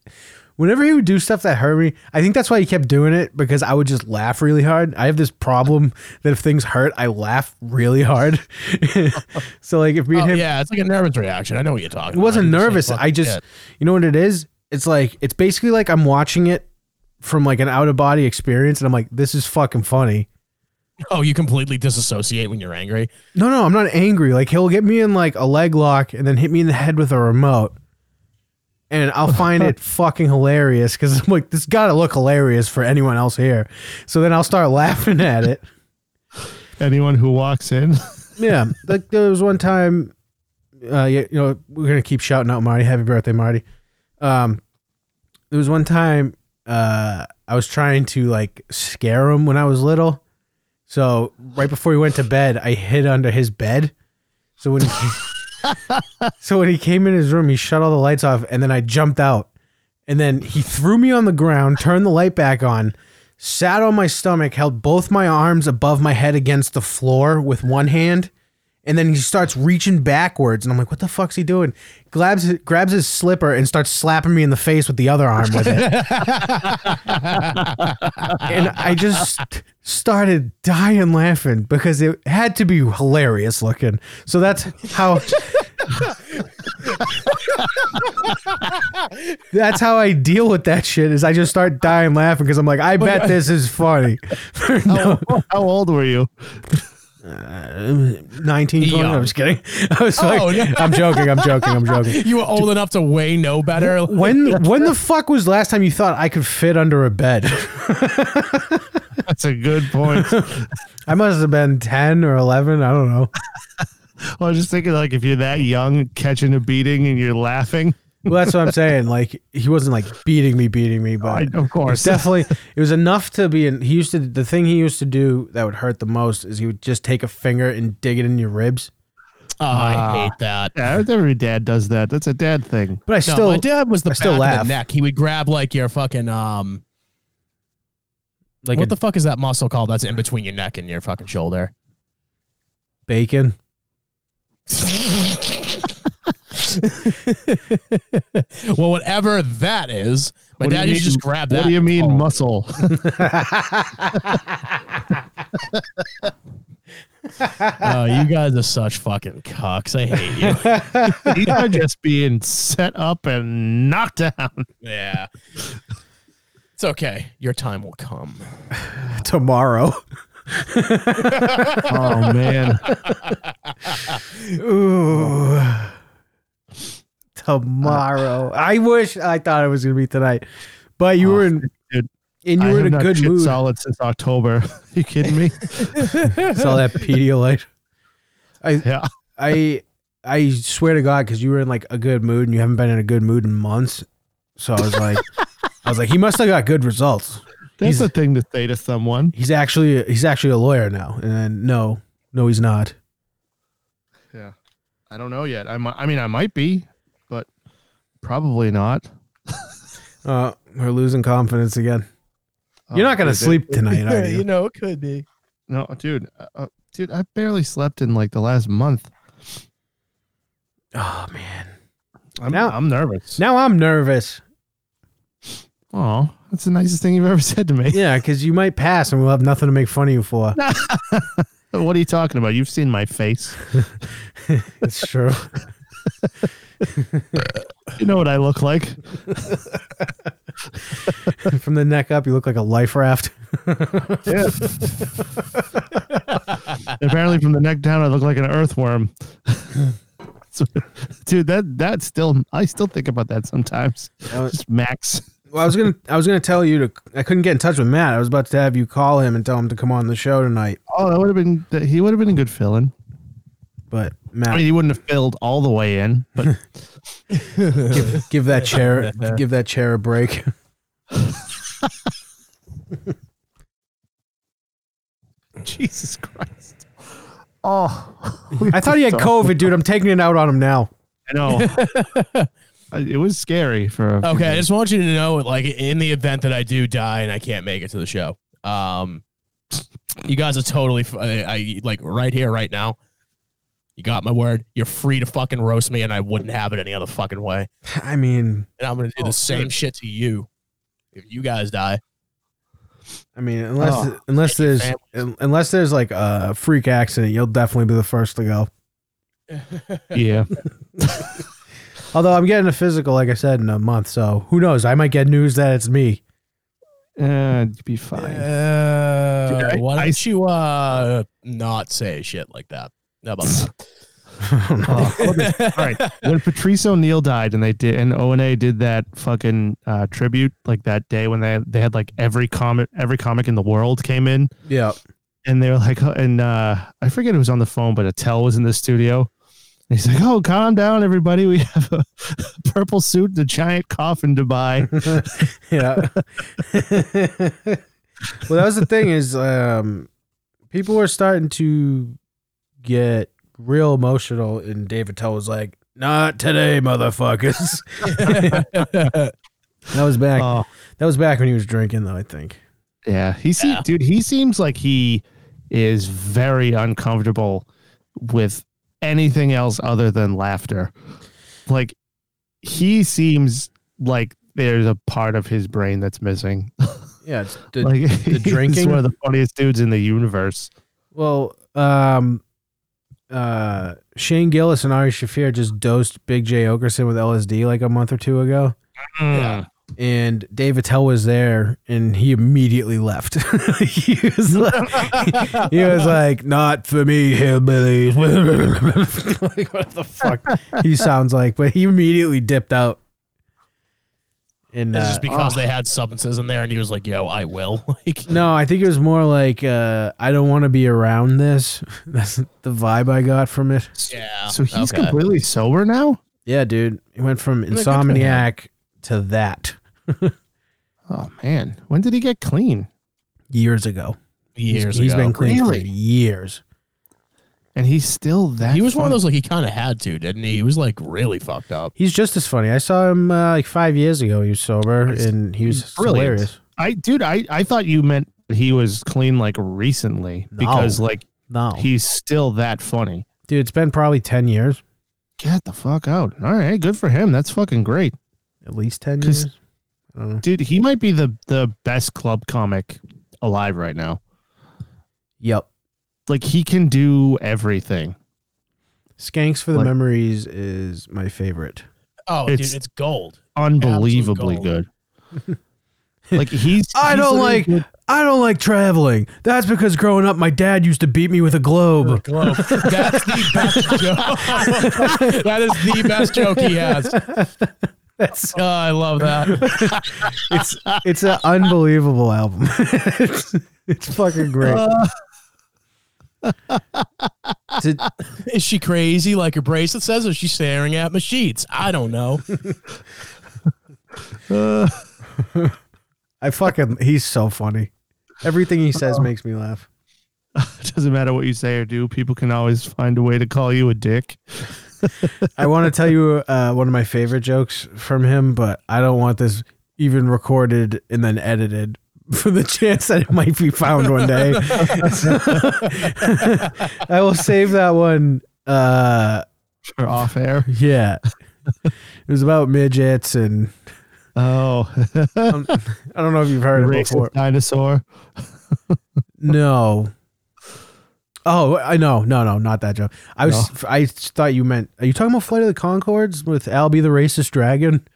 Speaker 1: whenever he would do stuff that hurt me, I think that's why he kept doing it because I would just laugh really hard. I have this problem that if things hurt, I laugh really hard. so like if me
Speaker 3: Oh,
Speaker 1: and him
Speaker 3: yeah, it's like a nervous reaction. I know what you're talking
Speaker 1: It wasn't
Speaker 3: about.
Speaker 1: nervous. I just, you know what it is? It's like, it's basically like I'm watching it from like an out of body experience and I'm like, this is fucking funny.
Speaker 3: Oh, you completely disassociate when you're angry.
Speaker 1: No, no, I'm not angry. Like he'll get me in like a leg lock and then hit me in the head with a remote. And I'll find it fucking hilarious because I'm like, this gotta look hilarious for anyone else here. So then I'll start laughing at it.
Speaker 2: Anyone who walks in.
Speaker 1: Yeah, like there was one time, uh, you, you know, we're gonna keep shouting out Marty. Happy birthday, Marty. Um, there was one time uh, I was trying to like scare him when I was little. So right before he went to bed, I hid under his bed. So when he so when he came in his room, he shut all the lights off, and then I jumped out, and then he threw me on the ground, turned the light back on, sat on my stomach, held both my arms above my head against the floor with one hand, and then he starts reaching backwards, and I'm like, "What the fuck's he doing?" Grabs grabs his slipper and starts slapping me in the face with the other arm with it, and I just started dying laughing because it had to be hilarious looking. So that's how. That's how I deal with that shit. Is I just start dying laughing because I'm like, I bet this is funny. no,
Speaker 2: oh, How old were you?
Speaker 1: 19, 20,
Speaker 3: Young.
Speaker 1: I'm just kidding. I was
Speaker 3: Oh,
Speaker 1: like,
Speaker 3: yeah.
Speaker 1: I'm joking. I'm joking. I'm joking.
Speaker 3: You were old enough to way know better.
Speaker 1: When when the fuck was last time you thought I could fit under a bed?
Speaker 2: That's a good point.
Speaker 1: I must have been 10 or 11. I don't know.
Speaker 2: I was just thinking, like, if you're that young, catching a beating and you're laughing,
Speaker 1: Well, that's what I'm saying. Like he wasn't like beating me, beating me, but
Speaker 2: I- of course.
Speaker 1: It's definitely it was enough to be in he used to the thing he used to do that would hurt the most is he would just take a finger and dig it in your ribs
Speaker 3: Oh,
Speaker 1: uh,
Speaker 3: I hate that.
Speaker 2: Yeah, every dad does that. That's a dad thing.
Speaker 1: but i
Speaker 3: No,
Speaker 1: still
Speaker 3: my dad was the
Speaker 1: I
Speaker 3: back
Speaker 1: still
Speaker 3: of
Speaker 1: laugh.
Speaker 3: the neck. He would grab like your fucking um.
Speaker 1: like
Speaker 3: what
Speaker 1: a
Speaker 3: the fuck is that muscle called? That's in between your neck and your fucking shoulder.
Speaker 1: bacon
Speaker 3: well, whatever that is, my
Speaker 2: What do
Speaker 3: dad
Speaker 2: you
Speaker 3: used to just
Speaker 2: mean-
Speaker 3: grab that.
Speaker 2: What do you mean,
Speaker 3: Oh.
Speaker 2: muscle?
Speaker 3: Oh, you guys are such fucking cucks. I hate you.
Speaker 2: These are just being set up and knocked down.
Speaker 3: yeah. It's okay. Your time will come.
Speaker 1: tomorrow
Speaker 2: Oh man,
Speaker 1: Ooh.
Speaker 2: Uh,
Speaker 1: tomorrow i wish i thought it was gonna be tonight but you were in
Speaker 2: Oh, dude.
Speaker 1: and you
Speaker 2: I
Speaker 1: were
Speaker 2: have
Speaker 1: in a
Speaker 2: not
Speaker 1: good
Speaker 2: shit
Speaker 1: mood
Speaker 2: Solid since October. you kidding me?
Speaker 1: saw that pedialyte i
Speaker 2: Yeah.
Speaker 1: I I swear to God, because you were in like a good mood and you haven't been in a good mood in months. So I was like, I was like, he must have got good results.
Speaker 2: That's
Speaker 1: He's-
Speaker 2: the thing to say to someone.
Speaker 1: He's actually he's actually a lawyer now, and then, no, no, he's not.
Speaker 2: Yeah. I don't know yet. I mi- I mean, I might be, but probably not.
Speaker 1: Uh, we're losing confidence again. You're
Speaker 2: Oh,
Speaker 1: not gonna
Speaker 2: dude,
Speaker 1: sleep tonight, are you?
Speaker 3: know, it could be.
Speaker 2: No, dude. uh, Uh, dude, I barely slept in like the last month.
Speaker 1: Oh man,
Speaker 2: I'm,
Speaker 1: Now-
Speaker 2: I'm nervous.
Speaker 1: now I'm nervous.
Speaker 2: Oh, that's the nicest thing you've ever said to me.
Speaker 1: Yeah, because you might pass and we'll have nothing to make fun of you for.
Speaker 2: What are you talking about? You've seen my face.
Speaker 1: It's true.
Speaker 2: You know what I look like.
Speaker 1: From the neck up, you look like a life raft.
Speaker 2: Apparently, from the neck down, I look like an earthworm. So- dude, that that still, I still think about that sometimes.
Speaker 1: That was-
Speaker 2: Just Max.
Speaker 1: Well, I was gonna, I was gonna tell you to. I couldn't get in touch with Matt. I was about to have you call him and tell him to come on the show tonight,
Speaker 2: Oh, that would have been that he would have been a good fill in.
Speaker 1: but
Speaker 2: I
Speaker 1: Matt,
Speaker 2: mean, he wouldn't have filled all the way in, but
Speaker 1: give, give that chair, give that chair a break.
Speaker 2: Jesus Christ. Oh, we
Speaker 1: I thought he had
Speaker 2: were so-
Speaker 1: COVID, dude. I'm taking it out on him now.
Speaker 2: I know. I- it was scary for. A few
Speaker 3: Okay, I
Speaker 2: days.
Speaker 3: just want you to know, like, in the event that I do die and I can't make it to the show, um, you guys are totally, f- I, I like, right here, right now. You got my word. You're free to fucking roast me, and I wouldn't have it any other fucking way.
Speaker 1: I mean,
Speaker 3: And I'm gonna do the same Oh, shit to you if you guys die.
Speaker 1: I mean, unless
Speaker 2: Oh.
Speaker 1: unless
Speaker 3: Any
Speaker 1: there's un- unless there's like a freak accident, you'll definitely be the first to go.
Speaker 2: yeah.
Speaker 1: Although I'm getting a physical, like I said, in a month, so who knows? I might get news that it's me.
Speaker 2: Uh, you'd be fine.
Speaker 3: Uh,
Speaker 2: Dude, I-
Speaker 3: why
Speaker 2: I-
Speaker 3: don't you uh not say shit like that? How about that?
Speaker 1: I don't know.
Speaker 2: Oh, all right. When Patrice O'Neill died, and they did, and O and A did that fucking uh, tribute like that day when they they had like every comic every comic in the world came in,
Speaker 1: Yeah,
Speaker 2: and they were like, oh, and uh, I forget who was on the phone, but Attell was in the studio. And he's like, "Oh, calm down, everybody. We have a purple suit, and a giant coffin to buy."
Speaker 1: yeah. well, that was the thing is, um, people were starting to get real emotional, and David Tell was like, "Not today, motherfuckers." that was back.
Speaker 2: Oh,
Speaker 1: That was back when he was drinking, though. I think.
Speaker 2: Yeah, he seems,
Speaker 3: Yeah.
Speaker 2: dude. He seems like he is very uncomfortable with anything else other than laughter. Like he seems like there's a part of his brain that's missing.
Speaker 1: Yeah, it's the,
Speaker 2: like he's
Speaker 1: drinking?
Speaker 2: one of the funniest dudes in the universe.
Speaker 1: Well, um, uh, Shane Gillis and Ari Shafir just dosed Big J Okerson with LSD like a month or two ago,
Speaker 3: Yeah.
Speaker 1: and Dave Attell was there, and he immediately left. he was like, he was like, "Not for me, hillbillies." like, what the fuck? He sounds like, but he immediately dipped out. And
Speaker 3: It's
Speaker 1: uh,
Speaker 3: just because they had substances in there, and he was like, "Yo, I will." Like,
Speaker 1: No, I think it was more like uh, I don't want to be around this. That's the vibe I got from it.
Speaker 3: yeah.
Speaker 2: So he's
Speaker 3: Oh, okay.
Speaker 2: completely sober now.
Speaker 1: Yeah, dude, he went from
Speaker 3: good for him.
Speaker 1: insomniac to that
Speaker 2: Oh man, when did he get clean?
Speaker 1: years ago.
Speaker 3: years
Speaker 1: He's
Speaker 3: ago.
Speaker 1: been clean
Speaker 2: Really?
Speaker 1: for years.
Speaker 2: And he's still that.
Speaker 3: he was one of
Speaker 2: funny.
Speaker 3: those like he kind of had to, didn't he? He was like really fucked up.
Speaker 1: He's just as funny. I saw him uh, like five years ago. He was sober
Speaker 2: He's-
Speaker 1: and he was
Speaker 2: he's brilliant.
Speaker 1: hilarious.
Speaker 2: I dude, I I thought you meant he was clean like recently because
Speaker 1: No.
Speaker 2: like
Speaker 1: No,
Speaker 2: he's still that funny.
Speaker 1: dude, it's been probably ten years,
Speaker 2: Get the fuck out. All right, good for him. That's fucking great.
Speaker 1: at least ten
Speaker 2: 'Cause-
Speaker 1: years. I don't know.
Speaker 2: Dude, he might be the the best club comic alive right now.
Speaker 1: Yep.
Speaker 2: Like he can do everything.
Speaker 1: Skanks for the
Speaker 2: Like-
Speaker 1: Memories is my favorite.
Speaker 3: Oh,
Speaker 2: It's-
Speaker 3: dude, it's gold.
Speaker 2: Unbelievably
Speaker 3: Absolute
Speaker 2: good. like he's
Speaker 1: I
Speaker 2: he's
Speaker 1: don't
Speaker 2: literally
Speaker 1: like-
Speaker 2: good-
Speaker 1: I don't like traveling. That's because growing up, my dad used to beat me with a globe.
Speaker 3: Globe. That's the best joke. that is the best joke he has.
Speaker 1: That's
Speaker 3: Oh, I love that.
Speaker 1: it's it's an unbelievable album. it's, it's fucking great.
Speaker 2: Uh.
Speaker 1: Did-
Speaker 3: Is she crazy like her bracelet says, or is she staring at my sheets? I don't know.
Speaker 1: I fucking he's so funny. Everything he says makes me laugh.
Speaker 2: it doesn't matter what you say or do, people can always find a way to call you a dick.
Speaker 1: I want to tell you uh, one of my favorite jokes from him, but I don't want this even recorded and then edited for the chance that it might be found one day. I will save that one. Uh,
Speaker 2: Or off air.
Speaker 1: yeah, it was about midgets and
Speaker 2: Oh
Speaker 1: I don't know if you've heard it before.
Speaker 2: racist dinosaur.
Speaker 1: No. Oh, I know. No, no, not that joke. I was I thought you meant Are you talking about Flight of the Concords with Albie the racist dragon?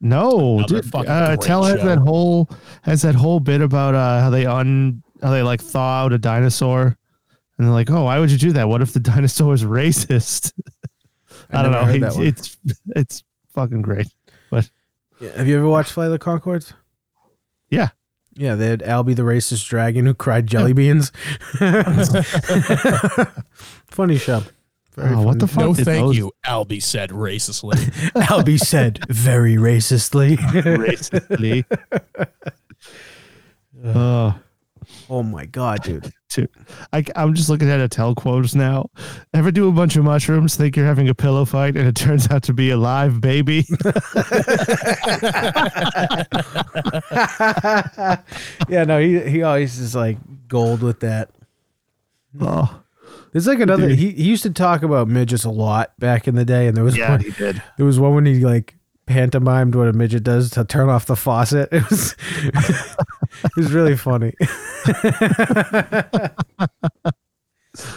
Speaker 2: No,
Speaker 3: Another
Speaker 2: dude,
Speaker 3: fucking
Speaker 2: uh,
Speaker 3: great
Speaker 2: Tell has
Speaker 3: show.
Speaker 2: that whole has that whole bit about uh, how they un how they like thaw out a dinosaur, and they're like, oh, why would you do that? What if the dinosaur is racist? I, don't
Speaker 1: never
Speaker 2: know.
Speaker 1: heard
Speaker 2: He-
Speaker 1: that one.
Speaker 2: it's it's fucking great.
Speaker 1: Have you ever watched Flight of the Concords?
Speaker 2: Yeah.
Speaker 1: Yeah, they had Albie the racist dragon who cried jelly beans. funny show. Very
Speaker 2: Oh, what the
Speaker 1: funny.
Speaker 2: fuck?
Speaker 3: no,
Speaker 2: did
Speaker 3: thank
Speaker 2: those-
Speaker 3: you. Albie said racistly.
Speaker 1: Albie said very racistly.
Speaker 2: Racistly. Oh,
Speaker 1: oh my god, dude.
Speaker 2: dude. I, I'm just looking at Attell quotes now. Ever do a bunch of mushrooms, think you're having a pillow fight, and it turns out to be a live baby?
Speaker 1: yeah, no, he he always is like gold with that.
Speaker 2: oh,
Speaker 1: There's like another. He, he used to talk about midgets a lot back in the day, and there was one,
Speaker 2: did.
Speaker 1: there was one when he like pantomimed what a midget does to turn off the faucet. It was it was really funny.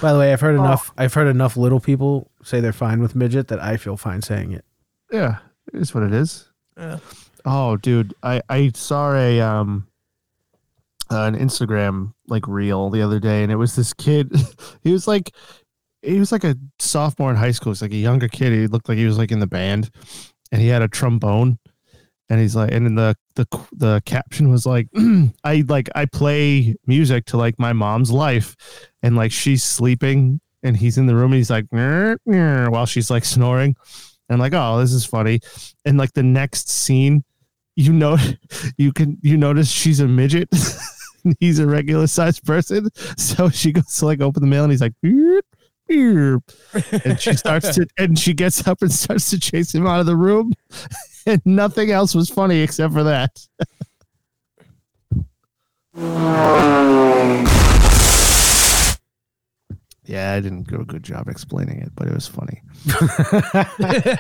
Speaker 1: By the way, I've heard enough.
Speaker 2: Oh.
Speaker 1: I've heard enough little people say they're fine with midget that I feel fine saying it.
Speaker 2: Yeah, it is what it is. Oh, dude, I I saw a um uh, an Instagram like reel the other day, and it was this kid. he was like, he was like a sophomore in high school. He's like a younger kid. He looked like he was like in the band, and he had a trombone. And he's like, and then the the the caption was like, I like I play music to like my mom's life, and like she's sleeping, and he's in the room, and he's like, "Nyeh, nyeh," while she's like snoring, and I'm like, oh, this is funny, and like the next scene, you know, you can you notice she's a midget. and He's a regular sized person, so she goes to like open the mail, and he's like, "Beep, beep." and she starts to, and she gets up and starts to chase him out of the room, and nothing else was funny except for that. Yeah, I didn't do a good job explaining it, but it was funny.
Speaker 1: That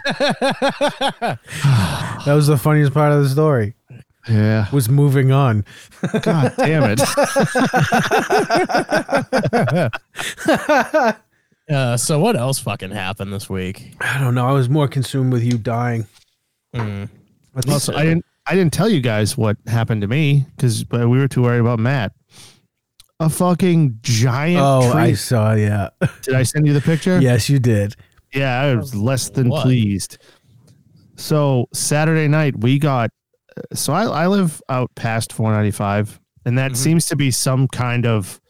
Speaker 1: was the funniest part of the story.
Speaker 2: Yeah.
Speaker 1: Was moving on.
Speaker 2: God damn it.
Speaker 3: uh, so what else fucking happened this week?
Speaker 1: I don't know. I was more consumed with you dying.
Speaker 3: Mm.
Speaker 1: That's-
Speaker 2: Also, I didn't I didn't tell you guys what happened to me because but we were too worried about Matt. A fucking giant
Speaker 1: oh,
Speaker 2: tree.
Speaker 1: I saw. Yeah.
Speaker 2: Did I send you the picture?
Speaker 1: yes, you did.
Speaker 2: Yeah, I was less than
Speaker 3: What?
Speaker 2: pleased. So Saturday night we got. So I, I live out past 495, and
Speaker 1: Mm-hmm.
Speaker 2: that
Speaker 3: Mhm.
Speaker 2: seems to be some kind of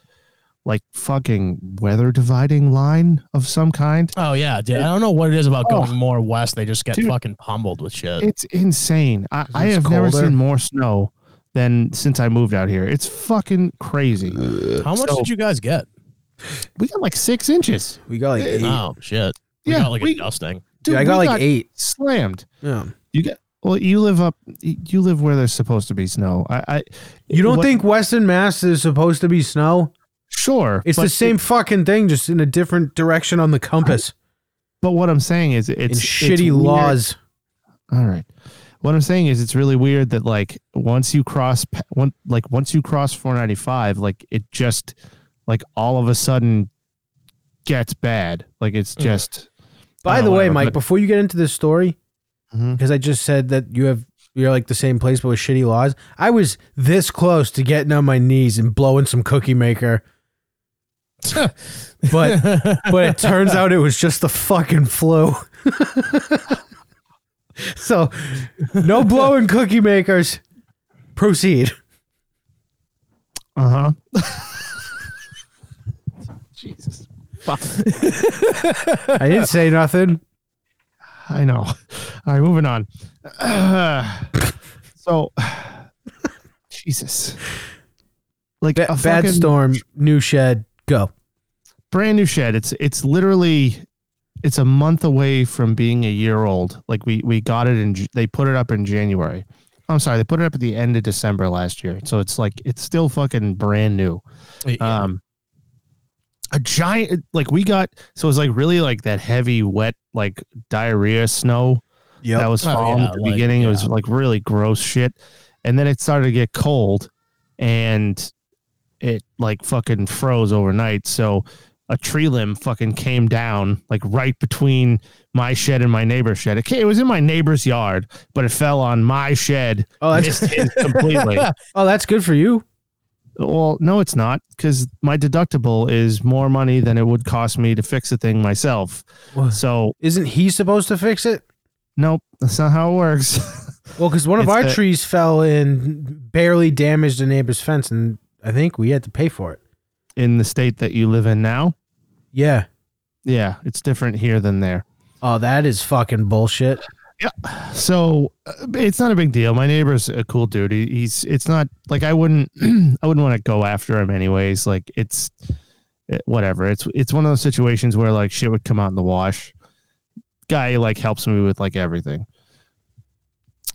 Speaker 2: like fucking weather dividing line of some kind.
Speaker 3: Oh yeah, dude. I don't know what it is about
Speaker 2: Oh.
Speaker 3: going more west. They just get
Speaker 2: Dude.
Speaker 3: fucking pummeled with shit.
Speaker 2: It's insane. I, I
Speaker 1: it's
Speaker 2: have never
Speaker 1: colder?
Speaker 2: seen more snow than since I moved out here. It's fucking crazy.
Speaker 3: How much
Speaker 2: So-
Speaker 3: did you guys get?
Speaker 2: We got like six inches.
Speaker 1: We got like eight.
Speaker 3: Oh shit. We
Speaker 2: Yeah,
Speaker 3: got like
Speaker 2: we-
Speaker 3: a dusting.
Speaker 1: Dude,
Speaker 2: Dude,
Speaker 1: I got
Speaker 2: we
Speaker 1: like eight.
Speaker 2: slammed.
Speaker 1: Yeah.
Speaker 2: You get well. You live up. You live where there's supposed to be snow. I. I
Speaker 1: You don't
Speaker 2: what-
Speaker 1: think Western Mass is supposed to be snow?
Speaker 2: Sure,
Speaker 1: It's
Speaker 2: but-
Speaker 1: the same fucking thing, just in a different direction on the compass.
Speaker 2: But what I'm saying is, it's
Speaker 1: and
Speaker 2: it's
Speaker 1: shitty
Speaker 2: weird-
Speaker 1: laws.
Speaker 2: All right. What I'm saying is, it's really weird that like once you cross pa- one like once you cross 495, like it just like all of a sudden gets bad. Like it's just.
Speaker 1: By
Speaker 2: Uh,
Speaker 1: the way,
Speaker 2: whatever,
Speaker 1: Mike,
Speaker 2: but-
Speaker 1: before you get into this story,
Speaker 2: Mhm.
Speaker 1: because I just said that you have you're like the same place but with shitty laws. I was this close to getting on my knees and blowing some cookie maker, but but it turns out it was just the fucking flu. so, no blowing cookie makers. Proceed.
Speaker 2: Uh huh. Jesus. Fuck.
Speaker 1: I didn't say nothing.
Speaker 2: I know. All right, moving on. so, Jesus. Like
Speaker 1: Ba-
Speaker 2: a
Speaker 1: bad
Speaker 2: fucking-
Speaker 1: storm, new shed, go.
Speaker 2: brand new shed. It's it's literally it's a month away from being a year old. Like we we got it in J- they put it up in January. I'm sorry, they put it up at the end of December last year. So it's like it's still fucking brand new. Um a giant like we got so it was like really like that heavy wet like diarrhea snow that
Speaker 1: Yep.
Speaker 2: was
Speaker 3: Oh,
Speaker 2: falling
Speaker 3: yeah,
Speaker 2: at the
Speaker 3: like,
Speaker 2: beginning. It was like really gross shit. And then it started to get cold and it like fucking froze overnight. So a tree limb fucking came down like right between my shed and my neighbor's shed. It, ca- it was in my neighbor's yard, but it fell on my shed.
Speaker 1: Oh, that's
Speaker 2: Missed his completely.
Speaker 1: oh, that's good for you.
Speaker 2: Well, no, it's not because my deductible is more money than it would cost me to fix the thing myself. So
Speaker 1: Isn't he supposed to fix it?
Speaker 2: Nope, that's not how it works.
Speaker 1: Well, because one of
Speaker 2: It's
Speaker 1: our
Speaker 2: a-
Speaker 1: trees fell and barely damaged a neighbor's fence, and I think we had to pay for it.
Speaker 2: in the state that you live in now.
Speaker 1: Yeah.
Speaker 2: Yeah, it's different here than there.
Speaker 1: Oh, that is fucking bullshit.
Speaker 2: So uh, it's not a big deal. My neighbor's a cool dude. He, he's it's not like I wouldn't I wouldn't want to go after him anyways. Like it's it- eh, whatever. It's it's one of those situations where like shit would come out in the wash. Guy like helps me with like everything.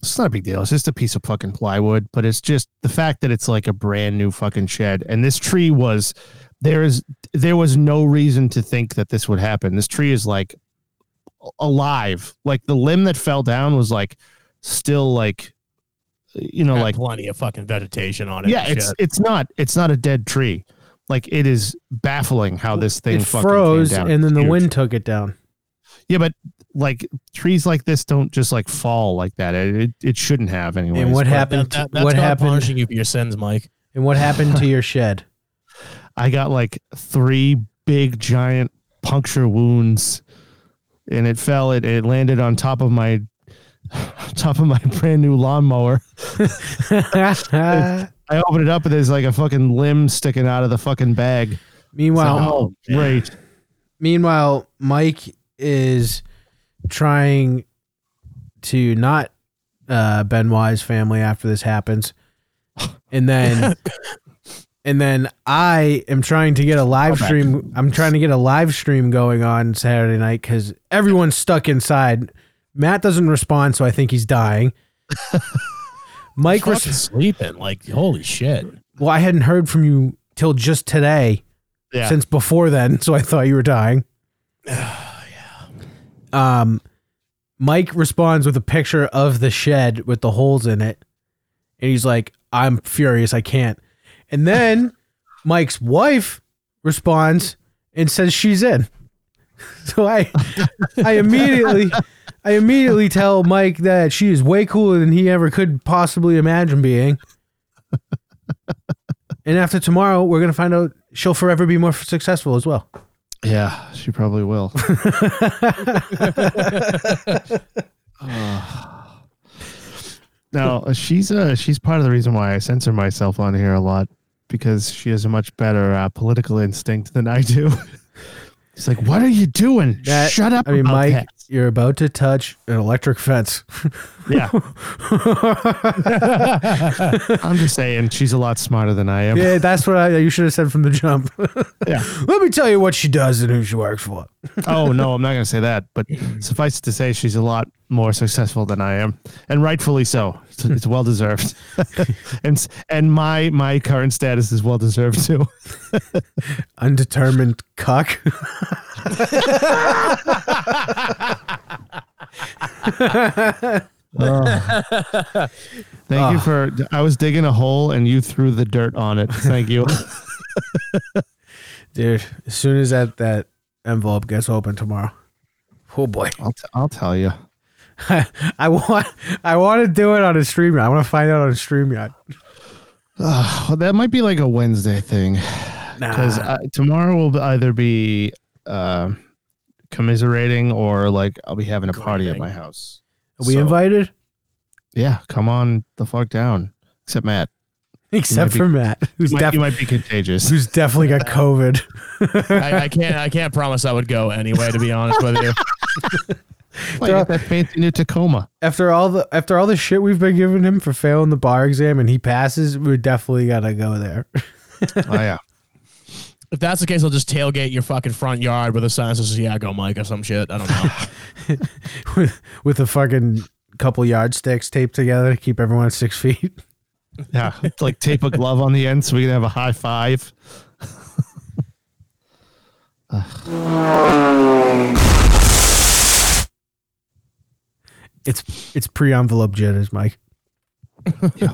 Speaker 2: It's not a big deal. It's just a piece of fucking plywood, but it's just the fact that it's like a brand new fucking shed and this tree was there is there was no reason to think that this would happen. This tree is like alive. Like the limb that fell down was like still like you know
Speaker 3: Got
Speaker 2: like
Speaker 3: plenty of fucking vegetation on it.
Speaker 2: yeah,
Speaker 3: and
Speaker 2: it's
Speaker 3: shit.
Speaker 2: it's not it's not a dead tree. Like it is baffling how this thing
Speaker 1: It
Speaker 2: fucking
Speaker 1: froze,
Speaker 2: came down.
Speaker 1: and then
Speaker 2: It's
Speaker 1: the
Speaker 2: huge.
Speaker 1: wind took it down.
Speaker 2: Yeah, but like trees like this don't just like fall like that. It it, it shouldn't have anyway.
Speaker 1: And what
Speaker 3: But
Speaker 1: happened?
Speaker 3: That, that, that's
Speaker 1: what
Speaker 3: God
Speaker 1: happened?
Speaker 3: punishing you for your sins, Mike.
Speaker 1: And what happened to your shed?
Speaker 2: I got like three big giant puncture wounds, and it fell. It it landed on top of my top of my brand new lawnmower.
Speaker 1: Meanwhile,
Speaker 2: I opened it up and there's like a fucking limb sticking out of the fucking bag. So, oh, great.
Speaker 1: meanwhile, Mike is trying to not uh, Ben Wise family after this happens, and then and then I am trying to get a live
Speaker 2: Callback.
Speaker 1: stream. I'm trying to get a live stream going on Saturday night because everyone's stuck inside. Matt doesn't respond, so I think he's dying. Mike,
Speaker 3: Fucking
Speaker 1: res-
Speaker 3: sleeping. Like, holy shit.
Speaker 1: well, I hadn't heard from you till just today.
Speaker 2: Yeah.
Speaker 1: since before then, so I thought you were dying. yeah. Um, Mike responds with a picture of the shed with the holes in it, and he's like, "I'm furious, I can't." And then Mike's wife responds and says she's in. So I, I immediately, I immediately tell Mike that she is way cooler than he ever could possibly imagine being. And after tomorrow, we're gonna find out she'll forever be more successful as well.
Speaker 2: Yeah, she probably will. Ugh. now she's uh she's part of the reason why I censor myself on here a lot because she has a much better uh, political instinct than I do. It's like, what are you doing?
Speaker 1: That-
Speaker 2: Shut up!
Speaker 1: I mean,
Speaker 2: about
Speaker 1: Mike,
Speaker 2: that."
Speaker 1: you're about to touch an electric fence.
Speaker 2: Yeah, I'm just saying she's a lot smarter than I am.
Speaker 1: yeah, that's what I, you should have said from the jump.
Speaker 2: Yeah.
Speaker 1: Let me tell you what she does and who she works for.
Speaker 2: oh no, I'm not going to say that. But suffice it to say, she's a lot more successful than I am, and rightfully so. It's, it's well deserved, and s- and my my current status is well deserved too.
Speaker 1: Undetermined cuck.
Speaker 2: Thank you for. I was digging a hole, and you threw the dirt on it. Thank you.
Speaker 1: Dude, as soon as that, that envelope gets open tomorrow, oh boy.
Speaker 2: I'll, t- I'll tell you.
Speaker 1: I want I want to do it on a stream. I want to find out on a stream yard.
Speaker 2: Oh, that might be like a Wednesday thing because tomorrow will either be uh, commiserating or like I'll be having a party at
Speaker 3: Grinding.
Speaker 2: my house.
Speaker 1: Are we
Speaker 2: So-
Speaker 1: invited?
Speaker 2: Yeah, come on the fuck down. Except Matt.
Speaker 1: Except
Speaker 2: be-
Speaker 1: for Matt, who's
Speaker 2: You might,
Speaker 1: definitely
Speaker 2: you might be contagious.
Speaker 1: who's definitely got COVID.
Speaker 3: I, I can't. I can't promise I would go anyway. To be honest with you,
Speaker 2: Might get that fancy new Tacoma.
Speaker 1: after all the after all the shit we've been giving him for failing the bar exam and he passes, we definitely gotta go there.
Speaker 2: Oh yeah.
Speaker 3: if that's the case, I'll just tailgate your fucking front yard with a sign that says "Yeah, go Mike" or some shit. I don't know.
Speaker 1: with, with a fucking couple yardsticks taped together to keep everyone six feet.
Speaker 2: Yeah. like tape a glove on the end so we can have a high five.
Speaker 1: It's it's pre envelope jitters, Mike.
Speaker 2: Yeah,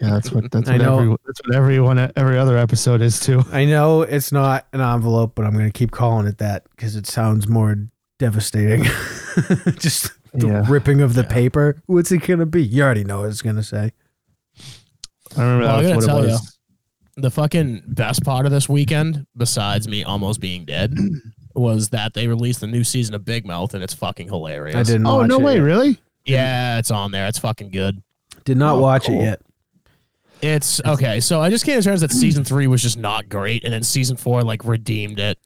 Speaker 2: that's what that's
Speaker 1: I
Speaker 2: what
Speaker 1: know.
Speaker 2: every that's what everyone every other episode is too.
Speaker 1: I know it's not an envelope, but I'm gonna keep calling it that because it sounds more devastating. Just the
Speaker 2: Yeah.
Speaker 1: ripping of the paper. What's it gonna be? You already know what it's gonna say.
Speaker 2: I remember
Speaker 3: Well, I
Speaker 2: that was
Speaker 3: gotta
Speaker 2: what it
Speaker 3: tell
Speaker 2: was.
Speaker 3: the fucking best part of this weekend, besides me almost being dead, was that they released the new season of Big Mouth, and it's fucking hilarious.
Speaker 1: I didn't.
Speaker 2: Oh
Speaker 1: watch
Speaker 2: no
Speaker 1: it
Speaker 2: way,
Speaker 1: yet.
Speaker 2: really?
Speaker 3: Yeah, it's on there. It's fucking good.
Speaker 1: Did not
Speaker 2: Oh,
Speaker 1: watch
Speaker 2: cool.
Speaker 1: it yet.
Speaker 3: It's okay. So I just came to terms that season three was just not great, and then season four like redeemed it.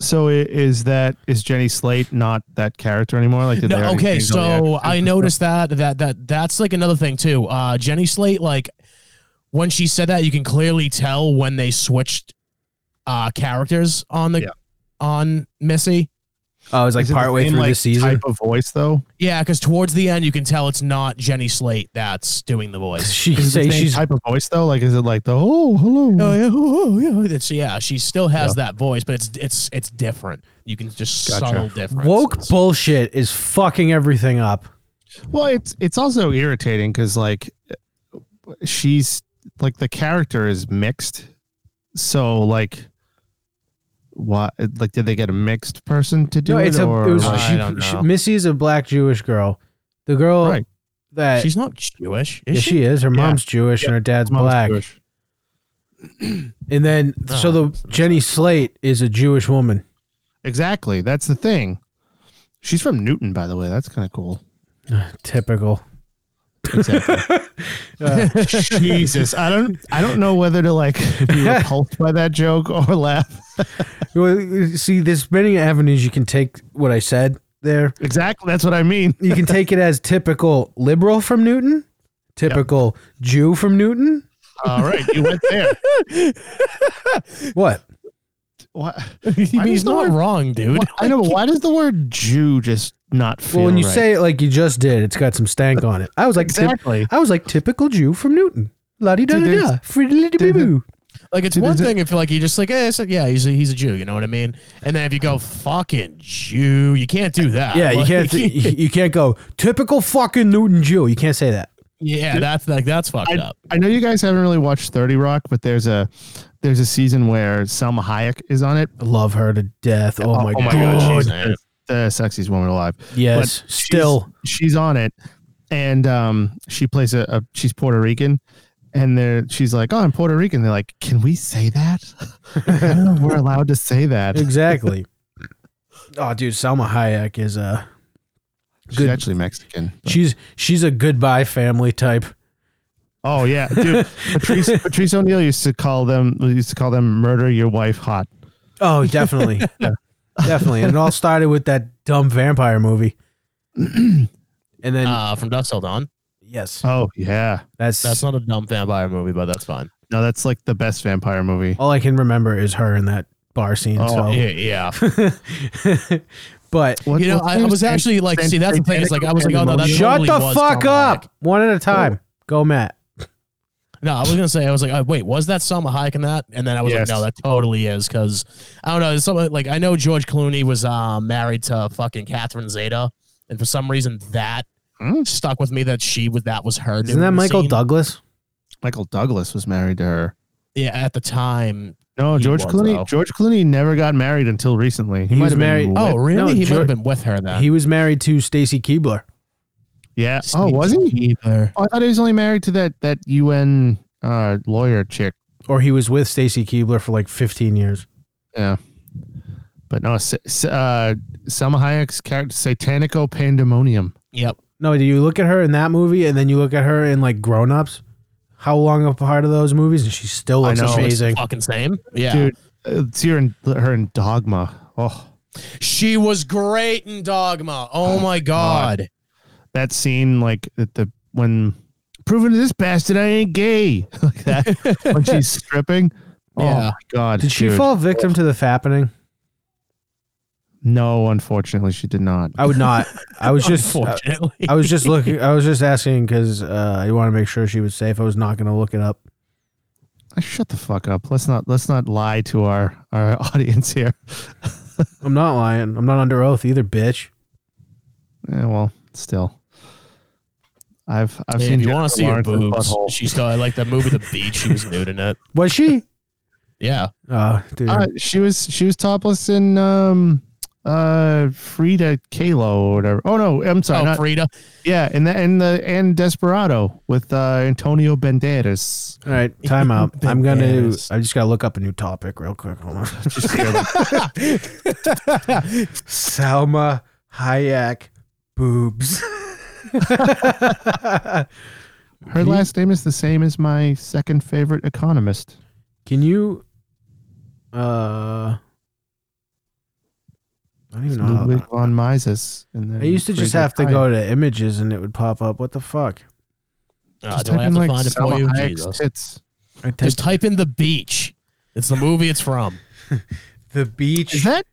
Speaker 2: So i- is that is Jenny Slate not that character anymore? Like did they
Speaker 3: No,
Speaker 2: already
Speaker 3: okay,
Speaker 2: change all the
Speaker 3: so
Speaker 2: actors
Speaker 3: I
Speaker 2: and
Speaker 3: noticed that that that that's like another thing too. Uh, Jenny Slate, like when she said that, you can clearly tell when they switched uh, characters on the
Speaker 2: Yeah.
Speaker 3: on Missy.
Speaker 1: Oh, I was like
Speaker 2: Is it the
Speaker 1: partway
Speaker 2: same,
Speaker 1: through
Speaker 2: like,
Speaker 1: the season.
Speaker 2: Type of voice though.
Speaker 3: Yeah, because towards the end, you can tell it's not Jenny Slate that's doing the voice.
Speaker 1: She
Speaker 2: Is it the
Speaker 1: say
Speaker 2: same
Speaker 1: she's
Speaker 2: type of voice though? Like is it like the oh hello?
Speaker 3: Oh yeah, oh, oh, yeah. It's, yeah, she still has that voice, but it's it's it's different. You can just
Speaker 2: Gotcha.
Speaker 3: subtle difference.
Speaker 1: woke bullshit is fucking everything up.
Speaker 2: Well, it's it's also irritating because like she's like the character is mixed, so like why like did they get a mixed person to do
Speaker 1: No,
Speaker 2: it?
Speaker 1: it's a.
Speaker 2: or
Speaker 1: It was,
Speaker 3: I
Speaker 1: she,
Speaker 3: don't
Speaker 1: she,
Speaker 3: know.
Speaker 1: Missy is a black Jewish girl. The girl
Speaker 2: Right.
Speaker 1: that
Speaker 3: She's not Jewish, is
Speaker 1: yeah,
Speaker 3: she?
Speaker 1: she is. Her
Speaker 2: Yeah.
Speaker 1: mom's Jewish and her dad's
Speaker 2: Mom's
Speaker 1: black.
Speaker 2: Jewish.
Speaker 1: And then so the Jenny Slate is a Jewish woman.
Speaker 2: Exactly, that's the thing. She's from Newton, by the way. That's kind of cool.
Speaker 1: Typical. Uh,
Speaker 2: Exactly. Jesus, I don't, I don't know whether to like be repulsed by that joke or laugh.
Speaker 1: Well, See, there's many avenues you can take what I said there.
Speaker 2: Exactly, that's what I mean.
Speaker 1: You can take it as typical liberal from Newton, typical Jew from Newton.
Speaker 2: All right, you went there.
Speaker 1: What?
Speaker 2: What? Why
Speaker 3: He's
Speaker 2: does the
Speaker 3: not
Speaker 2: word-
Speaker 3: wrong, dude.
Speaker 2: I know, but why does the word Jew just not feel?
Speaker 1: Well, when you
Speaker 2: right?
Speaker 1: say it like you just did, it's got some stank on it. I was like, typ-
Speaker 2: Exactly.
Speaker 1: I was like typical Jew from Newton. La di da
Speaker 2: Dude,
Speaker 1: da,
Speaker 2: there's-
Speaker 1: boo.
Speaker 3: Like it's
Speaker 2: Dude,
Speaker 3: one
Speaker 2: is it-
Speaker 3: thing if like you just like eh, it's like, yeah he's a, he's a Jew you know what I mean and then if you go fucking Jew you can't do that
Speaker 1: Yeah, you
Speaker 3: Like,
Speaker 1: can't. You can't go typical fucking Newton Jew. You can't say that.
Speaker 3: yeah that's like that's fucked
Speaker 2: I,
Speaker 3: up
Speaker 2: I know you guys haven't really watched 30 Rock, but there's a there's a season where Selma Hayek is on it.
Speaker 1: Love her to death. Oh, my,
Speaker 3: God,
Speaker 1: god.
Speaker 2: she's
Speaker 3: she's on
Speaker 2: the,
Speaker 3: it.
Speaker 2: the sexiest woman alive.
Speaker 1: Yes,
Speaker 2: But she's-
Speaker 1: still.
Speaker 2: she's on it, and um, she plays a, a she's Puerto Rican, and they're she's like, oh, I'm Puerto Rican. They're like, can we say that? I don't know if We're allowed to say that.
Speaker 1: Exactly. oh, dude, Selma Hayek is a
Speaker 2: She's
Speaker 1: good-
Speaker 2: actually Mexican. but-
Speaker 1: she's she's a goodbye family type.
Speaker 2: oh yeah, dude. Patrice, Patrice O'Neill used to call them used to call them murder your wife hot.
Speaker 1: Oh, definitely, definitely. And it all started with that dumb vampire movie. and then
Speaker 3: uh, from Dusk Till Dawn
Speaker 1: yes,
Speaker 2: Oh yeah.
Speaker 1: uh, that's,
Speaker 3: that's not a dumb vampire movie but that's fine
Speaker 2: No, that's like the best vampire movie.
Speaker 1: all I can remember is her in that bar scene.
Speaker 2: Oh,
Speaker 1: so.
Speaker 3: yeah yeah
Speaker 1: but
Speaker 2: What-
Speaker 3: you know
Speaker 2: what's
Speaker 3: I, I
Speaker 2: his
Speaker 3: was
Speaker 2: name?
Speaker 3: actually like see that's the thing it's like I was like oh no that's
Speaker 1: shut
Speaker 3: totally
Speaker 1: the
Speaker 3: was
Speaker 1: fuck
Speaker 3: Selma
Speaker 1: up,
Speaker 3: Hayek.
Speaker 1: one at a time. Go, Matt.
Speaker 3: no I was gonna say I was like oh, wait was that Selma Hayek in that and then I was
Speaker 2: Yes.
Speaker 3: like no that totally is because I don't know there's someone like I know George Clooney was uh, married to fucking Catherine Zeta and for some reason that
Speaker 2: Hmm?
Speaker 3: stuck with me that she was that was her
Speaker 1: Isn't
Speaker 3: doing
Speaker 1: that
Speaker 3: the
Speaker 1: Michael
Speaker 3: scene.
Speaker 1: Douglas?
Speaker 2: Michael Douglas was married to her.
Speaker 3: Yeah, at the time.
Speaker 2: No,
Speaker 3: He
Speaker 2: George
Speaker 3: was,
Speaker 2: Clooney.
Speaker 3: though.
Speaker 2: George Clooney never got married until recently.
Speaker 1: He was married-
Speaker 2: Been,
Speaker 3: Oh,
Speaker 2: oh,
Speaker 3: really?
Speaker 1: no,
Speaker 3: he might
Speaker 1: George-
Speaker 3: have been with her then.
Speaker 1: He was married to Stacy Keebler.
Speaker 2: yeah. Oh, was he? Oh, I thought he was only married to that that UN uh, lawyer chick.
Speaker 1: or he was with Stacy Keebler for like 15 years.
Speaker 2: Yeah. But no, S- S- uh, Selma Hayek's character, Satanico Pandemonium.
Speaker 3: Yep.
Speaker 1: No, do you look at her in that movie and then you look at her in like Grown Ups? How long apart of those movies? And she still
Speaker 2: I
Speaker 1: looks
Speaker 2: know.
Speaker 1: amazing.
Speaker 3: Fucking same. Yeah.
Speaker 2: Dude, uh, it's her in, her in Dogma. Oh,
Speaker 3: She was great in Dogma. Oh, my God.
Speaker 2: that scene, like at the when proving to this bastard I ain't gay, like that when she's stripping. Oh
Speaker 3: Yeah.
Speaker 2: my god!
Speaker 1: Did she
Speaker 2: dude.
Speaker 1: fall victim to the fappening?
Speaker 2: No, unfortunately, she did not.
Speaker 1: I would not. I was
Speaker 2: uh,
Speaker 1: just. I,
Speaker 3: Unfortunately.
Speaker 1: I was just looking. I was just asking because uh, I want to make sure she was safe. I was not going to look it up.
Speaker 2: Shut the fuck up. Let's not let's not lie to our our audience here.
Speaker 1: I'm not lying. I'm not under oath either, bitch.
Speaker 2: Yeah, Eh, well, still, I've I've
Speaker 3: Hey,
Speaker 2: seen.
Speaker 3: if you want to
Speaker 2: Jennifer
Speaker 3: see her
Speaker 2: Lawrence's
Speaker 3: boobs,
Speaker 2: butthole.
Speaker 3: she's still I like that movie The Beach. She was nude in it.
Speaker 1: Was she?
Speaker 3: Yeah.
Speaker 1: Oh, dude.
Speaker 2: Uh, she was she was topless in um uh Frida Kahlo or whatever. Oh no, I'm sorry.
Speaker 3: oh,
Speaker 2: not-
Speaker 3: Frida.
Speaker 2: yeah, and the and the and Desperado with uh Antonio Banderas.
Speaker 1: All right, time out. I'm going to.
Speaker 3: Bananas.
Speaker 1: I just got to look up a new topic real quick. Hold on. Salma Hayek boobs.
Speaker 2: Her last name is the same as my second favorite economist.
Speaker 1: Can you? Uh, I don't even know. How
Speaker 2: Ludwig von Mises. And then
Speaker 1: I used to just
Speaker 2: Friedrich
Speaker 1: have to
Speaker 2: Hayek.
Speaker 1: go to images and it would pop up. What the fuck?
Speaker 3: Uh,
Speaker 2: Just
Speaker 3: do I
Speaker 2: type
Speaker 3: have
Speaker 2: in
Speaker 3: to
Speaker 2: like
Speaker 3: find it for
Speaker 2: Selma
Speaker 3: you?
Speaker 2: Hayek's
Speaker 3: Jesus.
Speaker 2: tits.
Speaker 1: I typed
Speaker 3: Just type in the beach. It's the movie it's from.
Speaker 1: the
Speaker 2: Is
Speaker 1: beach.
Speaker 2: that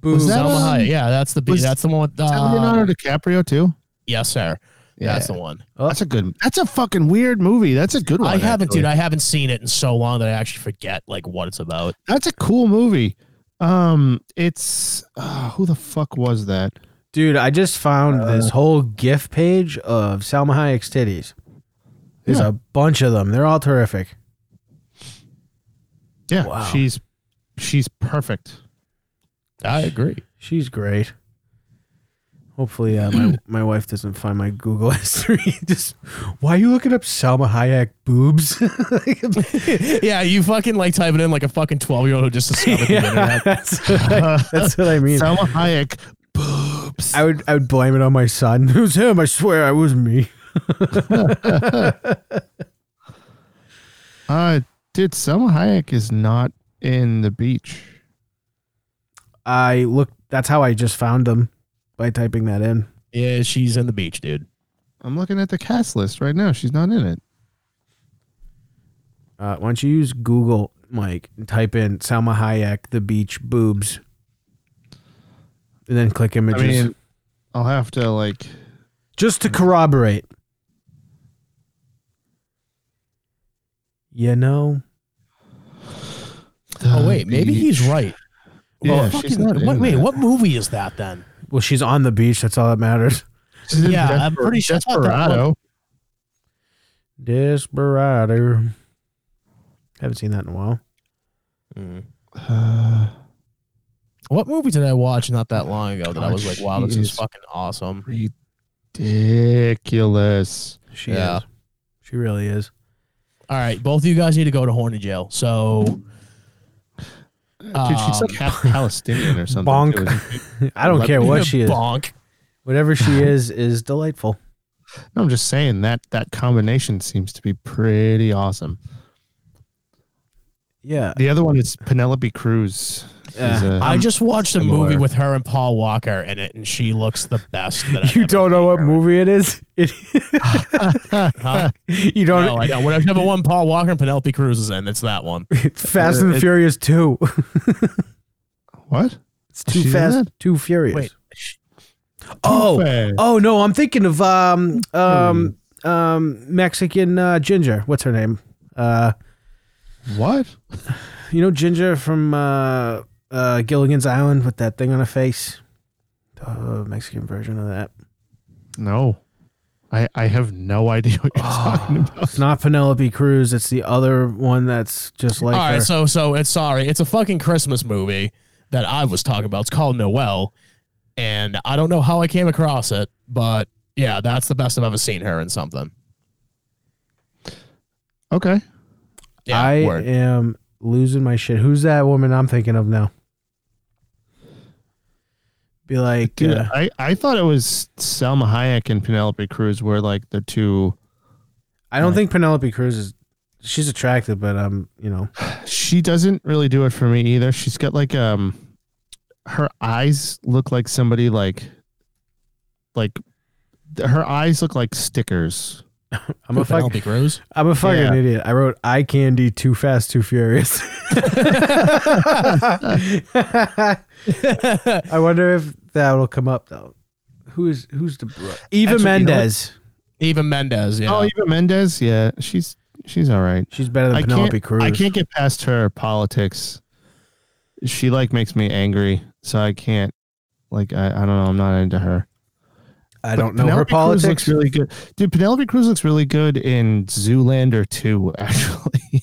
Speaker 1: Boobs.
Speaker 2: that
Speaker 3: Selma
Speaker 2: um,
Speaker 3: Hayek. Yeah, that's the beach.
Speaker 2: was-
Speaker 3: That's the one. With,
Speaker 2: is that
Speaker 3: uh,
Speaker 2: Leonardo DiCaprio too?
Speaker 3: yes, sir.
Speaker 2: Yeah.
Speaker 3: That's the one.
Speaker 2: That's a good. That's a fucking weird movie. That's a good one.
Speaker 3: I haven't,
Speaker 2: actually.
Speaker 3: dude. I haven't seen it in so long that I actually forget like what it's about.
Speaker 2: That's a cool movie. Um, it's uh, who the fuck was that?
Speaker 1: Dude, I just found this whole GIF page of Salma Hayek's titties. There's
Speaker 2: Yeah.
Speaker 1: a bunch of them. They're all terrific.
Speaker 2: Yeah,
Speaker 1: Wow.
Speaker 2: she's she's perfect.
Speaker 3: I agree.
Speaker 1: She's great. Hopefully, uh, my my wife doesn't find my Google history. just why are you looking up Salma Hayek boobs?
Speaker 3: yeah, you fucking like type it in like a fucking twelve year old who just discovered the
Speaker 1: yeah,
Speaker 3: internet.
Speaker 1: that's, what I, that's what I mean.
Speaker 2: Selma Hayek boobs.
Speaker 1: I would I would blame it on my son. It was him. I swear, it was me.
Speaker 2: Uh, dude, Selma Hayek is not in the beach.
Speaker 1: I looked. That's how I just found them by typing that in.
Speaker 3: Yeah, she's in the beach, dude.
Speaker 2: I'm looking at the cast list right now. She's not in it.
Speaker 1: Uh, why don't you use Google, Mike, and type in Salma Hayek, the beach boobs, and then click images
Speaker 2: I mean, I'll have to like.
Speaker 1: just to corroborate. You know,
Speaker 3: Oh wait, maybe he's right.
Speaker 2: Uh, Yeah,
Speaker 3: Well,
Speaker 2: she's
Speaker 3: fucking-
Speaker 2: not in
Speaker 3: what, wait,
Speaker 2: that.
Speaker 3: what movie is that then?
Speaker 1: well, she's on the beach. That's all that matters.
Speaker 2: She's in
Speaker 3: Yeah, I'm
Speaker 2: Desper-
Speaker 3: pretty sure- I thought that
Speaker 2: Desperado.
Speaker 1: Desperado. Haven't seen that in a while.
Speaker 2: Uh,
Speaker 3: Mm. What movie did I watch not that long ago that I
Speaker 2: God,
Speaker 3: was like, wow,
Speaker 2: she
Speaker 3: this is
Speaker 2: is-
Speaker 3: fucking awesome?
Speaker 2: ridiculous.
Speaker 1: She
Speaker 3: Yeah.
Speaker 1: is. She really is.
Speaker 3: All right, both of you guys need to go to Hornet Jail. So
Speaker 2: Dude, she's
Speaker 3: Um,
Speaker 2: like half Palestinian or something.
Speaker 1: Bonk.
Speaker 2: too, isn't she?
Speaker 1: I don't
Speaker 2: Let
Speaker 1: care what she is.
Speaker 3: bonk.
Speaker 1: Whatever she is is delightful.
Speaker 2: I'm just saying that that combination seems to be pretty awesome.
Speaker 1: Yeah. uh,
Speaker 2: The other one is Penelope Cruz. She's
Speaker 1: Yeah.
Speaker 2: a-
Speaker 3: Uh, I just watched a
Speaker 2: similar.
Speaker 3: movie with her and Paul Walker in it, and she looks the best. That I've
Speaker 1: You
Speaker 3: ever
Speaker 1: don't know
Speaker 3: seen
Speaker 1: what
Speaker 3: her.
Speaker 1: movie it is. It,
Speaker 3: Huh?
Speaker 1: you don't.
Speaker 3: No, I don't. Whatever one Paul Walker and Penelope Cruz is in, it's that one.
Speaker 1: Fast and the
Speaker 2: It-
Speaker 1: Furious two.
Speaker 2: what?
Speaker 1: It's too
Speaker 2: She's in
Speaker 1: fast,
Speaker 2: that?
Speaker 1: too furious.
Speaker 3: Wait,
Speaker 1: oh,
Speaker 2: Fast. Hmm.
Speaker 1: oh no, I'm thinking of um um um Mexican uh, Ginger. What's her name? Uh,
Speaker 2: What?
Speaker 1: you know Ginger from uh, uh, Gilligan's Island with that thing on her face. The Mexican version of that.
Speaker 2: No, I I have no idea what
Speaker 3: Oh.
Speaker 2: you're talking about.
Speaker 1: It's not Penelope Cruz. It's the other one that's just like
Speaker 3: All right,
Speaker 1: her.
Speaker 3: so so it's sorry, it's a fucking Christmas movie that I was talking about. It's called Noel, and I don't know how I came across it, but yeah, that's the best I've ever seen her in something.
Speaker 2: Okay,
Speaker 3: Yeah,
Speaker 1: I
Speaker 3: word.
Speaker 1: am losing my shit. Who's that woman I'm thinking of now? Be like,
Speaker 2: dude,
Speaker 1: uh,
Speaker 2: I I thought it was Selma Hayek and Penelope Cruz were like the two.
Speaker 1: I don't think Penelope Cruz is. She's attractive, but um, you know,
Speaker 2: She doesn't really do it for me either. She's got like um, her eyes look like somebody like, like, her eyes look like stickers.
Speaker 1: I'm a fuck,
Speaker 3: Penelope Cruz.
Speaker 1: I'm a fucking
Speaker 2: Yeah.
Speaker 1: idiot. I wrote eye candy, too fast, too furious. I wonder if that'll come up though. Who is who's the Eva
Speaker 3: Actually, you know what?
Speaker 1: Mendes?
Speaker 3: Eva Mendes. Yeah.
Speaker 2: Oh, Eva Mendes. Yeah, she's she's all right.
Speaker 1: She's better than
Speaker 2: I
Speaker 1: Penelope
Speaker 2: can't,
Speaker 1: Cruz.
Speaker 2: I can't get past her politics. She like makes me angry, so I can't. Like I, I don't know. I'm not into her.
Speaker 1: I
Speaker 2: But
Speaker 1: don't know her
Speaker 2: Penelope Cruz
Speaker 1: politics.
Speaker 2: looks really good, dude. Penelope Cruz looks really good in Zoolander 2, Actually,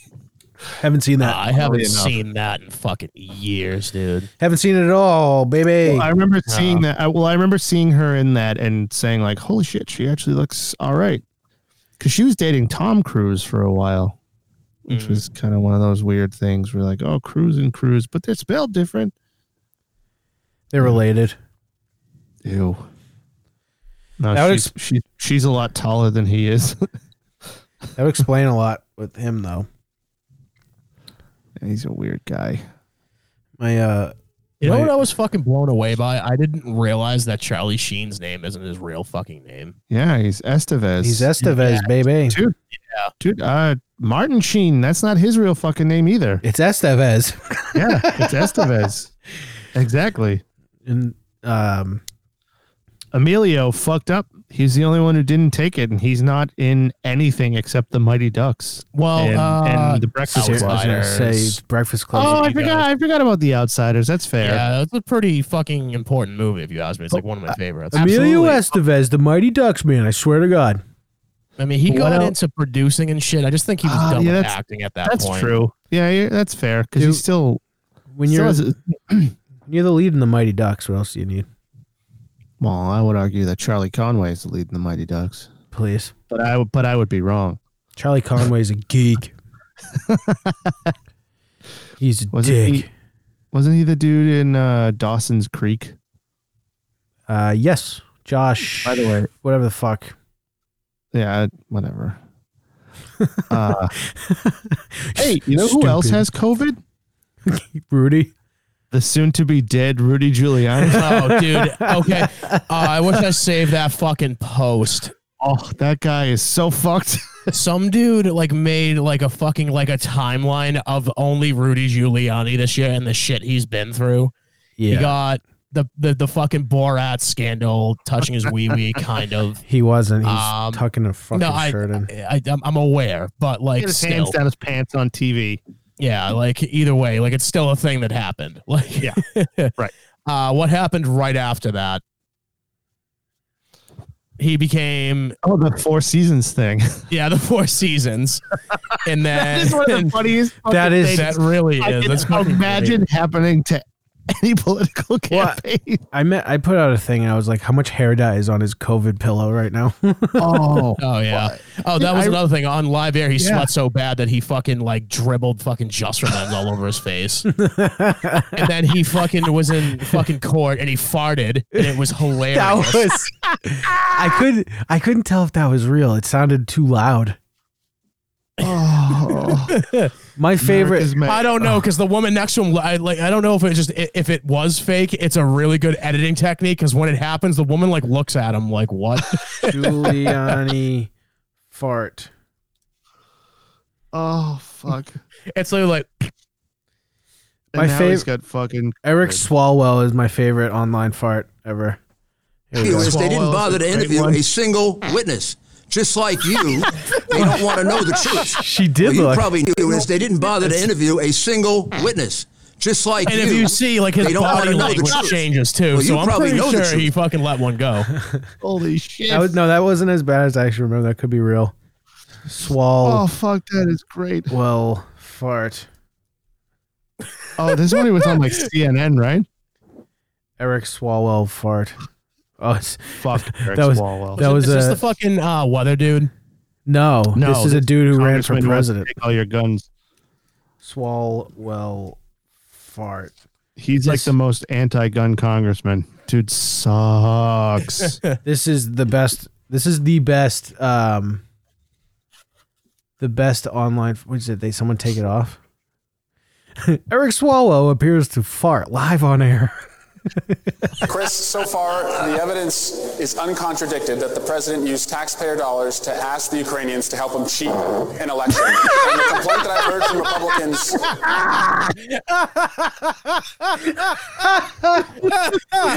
Speaker 1: Haven't seen that.
Speaker 3: I haven't
Speaker 2: Probably enough.
Speaker 3: seen that in fucking years, dude.
Speaker 1: Haven't seen it at all, baby.
Speaker 2: I remember seeing that. I, well, I remember seeing her in that and saying like, "Holy shit, she actually looks all right." Because she was dating Tom Cruise for a while, which
Speaker 3: Mm.
Speaker 2: was kind of one of those weird things where like, "Oh, Cruise and Cruise," but they're spelled different.
Speaker 1: They're related.
Speaker 2: Ew. No,
Speaker 1: That would
Speaker 2: she's, she- she's a lot taller than he is.
Speaker 1: That would explain a lot with him though.
Speaker 2: He's a weird guy.
Speaker 1: My uh
Speaker 3: You know
Speaker 1: Right.
Speaker 3: what I was fucking blown away by? I didn't realize that Charlie Sheen's name isn't his real fucking name.
Speaker 2: Yeah, he's Estevez.
Speaker 1: he's Estevez, baby.
Speaker 2: Dude, yeah. Dude, uh, Martin Sheen, that's not his real fucking name either.
Speaker 1: It's Estevez.
Speaker 2: Yeah, it's Estevez. Exactly.
Speaker 1: And um
Speaker 2: Emilio fucked up. He's the only one who didn't take it, and he's not in anything except the Mighty Ducks.
Speaker 3: Well,
Speaker 2: and,
Speaker 3: uh,
Speaker 2: and the Breakfast
Speaker 1: I was
Speaker 2: Club.
Speaker 1: gonna
Speaker 3: Outsiders.
Speaker 1: say Breakfast Club.
Speaker 2: Oh, I
Speaker 3: you guys.
Speaker 2: forgot. I forgot about the Outsiders. That's fair.
Speaker 3: yeah, that's a pretty fucking important movie if you ask me. It's like one of my favorites.
Speaker 1: Emilio Estevez, the Mighty Ducks man. I swear to God.
Speaker 3: I mean, he
Speaker 2: What
Speaker 3: got
Speaker 2: else?
Speaker 3: into producing and shit. I just think he was
Speaker 2: Ah,
Speaker 3: done
Speaker 2: yeah,
Speaker 3: with
Speaker 2: that's-
Speaker 3: acting at that
Speaker 2: That's
Speaker 3: point.
Speaker 2: true. Yeah, yeah, that's fair because
Speaker 1: Dude,
Speaker 2: he's still
Speaker 1: When
Speaker 2: still
Speaker 1: you're
Speaker 2: has a-
Speaker 1: you're the lead in the Mighty Ducks, what else do you need?
Speaker 2: Well, I would argue that Charlie Conway is the lead in the Mighty Ducks,
Speaker 1: Please.
Speaker 2: but I would- but I would be wrong.
Speaker 1: Charlie Conway's a geek. He's a
Speaker 2: Wasn't
Speaker 1: dick.
Speaker 2: he- Wasn't he the dude in uh, Dawson's Creek?
Speaker 1: Uh, yes, Josh.
Speaker 2: By the way,
Speaker 1: whatever the fuck.
Speaker 2: Yeah, whatever. Uh, hey, you know who else
Speaker 1: Stupid.
Speaker 2: has COVID?
Speaker 1: Rudy?
Speaker 2: The soon-to-be dead Rudy Giuliani.
Speaker 3: Oh, dude. Okay. Uh, I wish I saved that fucking post.
Speaker 2: oh, that guy is so fucked.
Speaker 3: Some dude like made like a fucking like a timeline of only Rudy Giuliani this year and the shit he's been through.
Speaker 1: Yeah,
Speaker 3: He got the, the the fucking Borat scandal, touching his wee wee, kind of.
Speaker 1: he wasn't. He's
Speaker 3: Um,
Speaker 1: tucking a fucking
Speaker 3: No, I,
Speaker 1: shirt in.
Speaker 3: I, I I'm aware, but
Speaker 2: He
Speaker 3: like
Speaker 2: had his
Speaker 3: still,
Speaker 2: hands down his pants on TV.
Speaker 3: yeah, like either way, like it's still a thing that happened. Like
Speaker 2: Yeah. Right.
Speaker 3: Uh, what happened right after that? He became
Speaker 2: Oh, the Four Seasons thing.
Speaker 3: yeah the Four Seasons, and then
Speaker 2: That's one of the funniest.
Speaker 1: That
Speaker 2: fucking
Speaker 1: is-
Speaker 2: things
Speaker 3: that really
Speaker 2: I
Speaker 3: is.
Speaker 2: can
Speaker 3: That's fucking
Speaker 2: imagine happening to any political
Speaker 1: What?
Speaker 2: campaign.
Speaker 1: I met. I put out a thing and I was like, "How much hair dye is on his COVID pillow right now?"
Speaker 2: Oh,
Speaker 3: great. Oh yeah. Oh, that
Speaker 2: Dude,
Speaker 3: was
Speaker 2: I-
Speaker 3: another thing. On live air, he
Speaker 2: Yeah.
Speaker 3: sweat so bad that he fucking like dribbled fucking Just Remember all over his face. and then he fucking was in fucking court and he farted and it was hilarious.
Speaker 1: that was. I could. I couldn't tell if that was real. It sounded too loud.
Speaker 2: oh.
Speaker 1: My favorite.
Speaker 2: America's ma-
Speaker 3: I don't know because the woman next to him, I like, I don't know if it just i- if it was fake. It's a really good editing technique because when it happens, the woman like looks at him like, "What?"
Speaker 1: Giuliani fart.
Speaker 2: Oh fuck.
Speaker 3: it's literally like,
Speaker 1: My
Speaker 2: And now
Speaker 1: fav-
Speaker 2: he's got fucking
Speaker 1: Eric Swalwell is my favorite online fart ever. Here we go.
Speaker 4: interviewers, they didn't
Speaker 2: Swalwell is
Speaker 4: bother
Speaker 2: a
Speaker 4: to
Speaker 2: great
Speaker 4: interview
Speaker 2: one.
Speaker 4: a single witness. Just like you, they don't want to know the truth.
Speaker 1: She did
Speaker 4: What you
Speaker 1: look.
Speaker 4: probably knew is they didn't bother to interview a single witness. Just like
Speaker 3: and
Speaker 4: you,
Speaker 3: if you see like his
Speaker 4: they don't
Speaker 3: body
Speaker 4: wanna know the
Speaker 3: language
Speaker 4: truth.
Speaker 3: changes too,
Speaker 4: Well,
Speaker 3: so
Speaker 4: you
Speaker 3: I'm
Speaker 4: probably
Speaker 3: pretty
Speaker 4: know the
Speaker 3: sure he
Speaker 4: truth.
Speaker 3: fucking let one go.
Speaker 2: holy shit.
Speaker 1: That was, no, that wasn't as bad as I actually remember. That could be real.
Speaker 2: oh
Speaker 1: Swalwell
Speaker 2: fuck, that is great.
Speaker 1: fart.
Speaker 2: Oh, this one he was on like CNN, right?
Speaker 1: Eric Swalwell fart. Oh, it's,
Speaker 2: Fuck Eric
Speaker 1: That was-
Speaker 2: Swalwell.
Speaker 1: that was
Speaker 3: Is this
Speaker 1: a-
Speaker 3: the fucking uh, weather dude?
Speaker 1: no,
Speaker 2: No,
Speaker 1: This is a
Speaker 2: this
Speaker 1: dude who ran for
Speaker 2: Congressman wants to
Speaker 1: president.
Speaker 2: Take all your guns.
Speaker 1: Swalwell fart.
Speaker 2: He's like
Speaker 1: This-
Speaker 2: the most anti-gun congressman. Dude sucks.
Speaker 1: This is the best. This is the best. Um, the best online. What is it? They someone take it off. Eric Swalwell appears to fart live on air.
Speaker 5: Chris, so far, the evidence is uncontradicted that the president used taxpayer dollars to ask the Ukrainians to help him cheat an election. and the complaint that I've heard from Republicans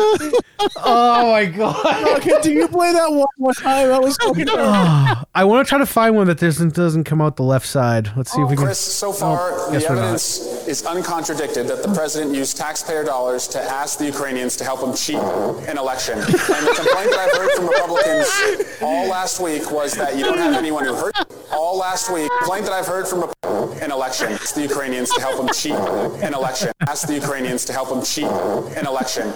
Speaker 1: Oh my god!
Speaker 3: Do you play that one more time? That was fucking.
Speaker 1: I want to try to find one that doesn't doesn't come out the left side. Let's see if we can.
Speaker 5: Chris, so far,
Speaker 1: Nope,
Speaker 5: the
Speaker 1: guess we're not.
Speaker 5: evidence is uncontradicted that the president used taxpayer dollars to ask the Ukrainians to help him cheat an election. And the complaint that I've heard from Republicans all last week was that you don't have anyone who heard. All last week, complaint that I've heard from an election, ask the Ukrainians to help him cheat an election. Ask the Ukrainians to help him cheat an election.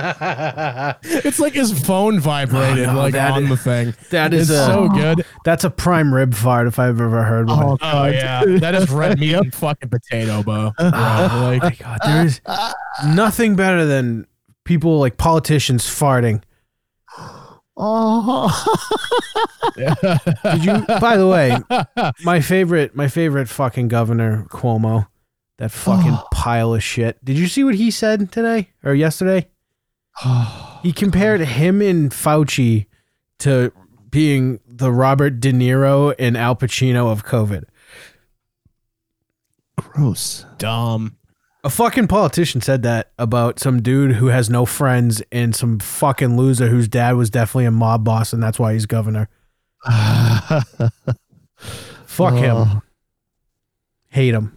Speaker 3: It's like his phone vibrated
Speaker 1: Oh, no,
Speaker 3: like
Speaker 1: that
Speaker 3: on
Speaker 1: is-
Speaker 3: the thing.
Speaker 1: that
Speaker 3: It's
Speaker 1: is a-
Speaker 3: so good.
Speaker 1: That's a prime rib fart if I've ever heard one. Oh,
Speaker 3: Oh yeah, that is red meat and fucking potato, bro. Bro,
Speaker 1: my
Speaker 3: like,
Speaker 1: god, there is nothing better than people like politicians farting.
Speaker 2: Oh,
Speaker 1: Did you? By the way, my favorite, my favorite fucking governor Cuomo, that fucking pile of shit. Did you see what he said today or yesterday? he compared him and Fauci to being the Robert De Niro and Al Pacino of COVID.
Speaker 2: gross.
Speaker 3: Dumb.
Speaker 1: A fucking politician said that about some dude who has no friends and some fucking loser whose dad was definitely a mob boss and that's why he's governor. Fuck him.
Speaker 2: Oh.
Speaker 1: Hate him.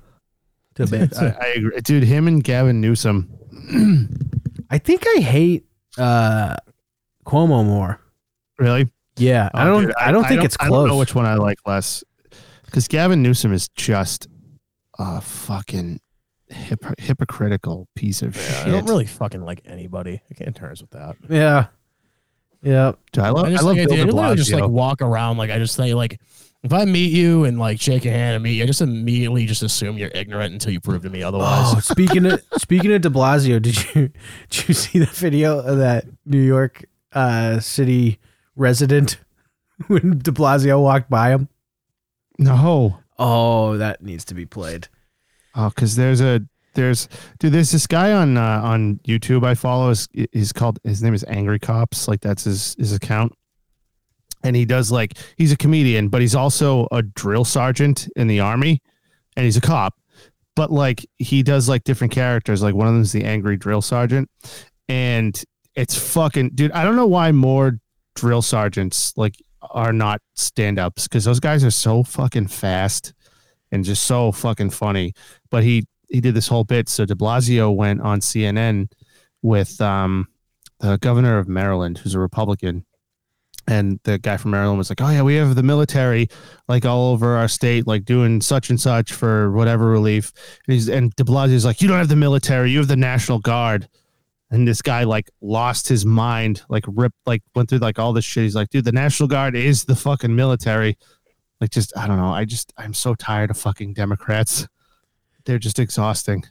Speaker 1: To bits.
Speaker 2: I, I agree, dude. Him and Gavin Newsom.
Speaker 1: I think I hate uh Cuomo more.
Speaker 2: Really?
Speaker 1: Yeah, I
Speaker 2: Oh,
Speaker 1: don't.
Speaker 2: dude,
Speaker 1: I don't think it's
Speaker 2: I
Speaker 1: close.
Speaker 2: don't know which one I like less because Gavin Newsom is just a fucking hypo- hypocritical piece of
Speaker 3: I
Speaker 2: shit.
Speaker 3: don't really fucking like anybody. I can't terms with that.
Speaker 1: yeah, yeah.
Speaker 2: Dude, I love.
Speaker 3: I
Speaker 2: I,
Speaker 3: just
Speaker 2: love
Speaker 3: like,
Speaker 2: Bill
Speaker 3: I,
Speaker 2: de
Speaker 3: literally just like
Speaker 2: Blasio.
Speaker 3: walk around like I just say like if I meet you and like shake your hand and meet you, I just immediately just assume you're ignorant until you prove to me otherwise.
Speaker 1: Oh, speaking of speaking of De Blasio, did you did you see the video of that New York uh, City resident when De Blasio walked by him?
Speaker 2: no.
Speaker 1: Oh, that needs to be played.
Speaker 2: Oh, because there's a there's dude. There's this guy on uh, on YouTube I follow. Is he's called his name is Angry Cops. Like that's his his account. And he does like he's a comedian, but he's also a drill sergeant in the army, and he's a cop. But like he does like different characters. Like one of them is the angry drill sergeant, and it's fucking dude. I don't know why more drill sergeants like are not stand ups because those guys are so fucking fast and just so fucking funny. But he he did this whole bit. So De Blasio went on CNN with um, the governor of Maryland, who's a Republican, and the guy from Maryland was like, "Oh yeah, we have the military like all over our state, like doing such and such for whatever relief." And, he's, and De Blasio's like, "You don't have the military. You have the National Guard." And this guy like lost his mind, like ripped, like went through like all this shit. He's like, "Dude, the National Guard is the fucking military." like just I don't know. I just I'm so tired of fucking Democrats. They're just exhausting.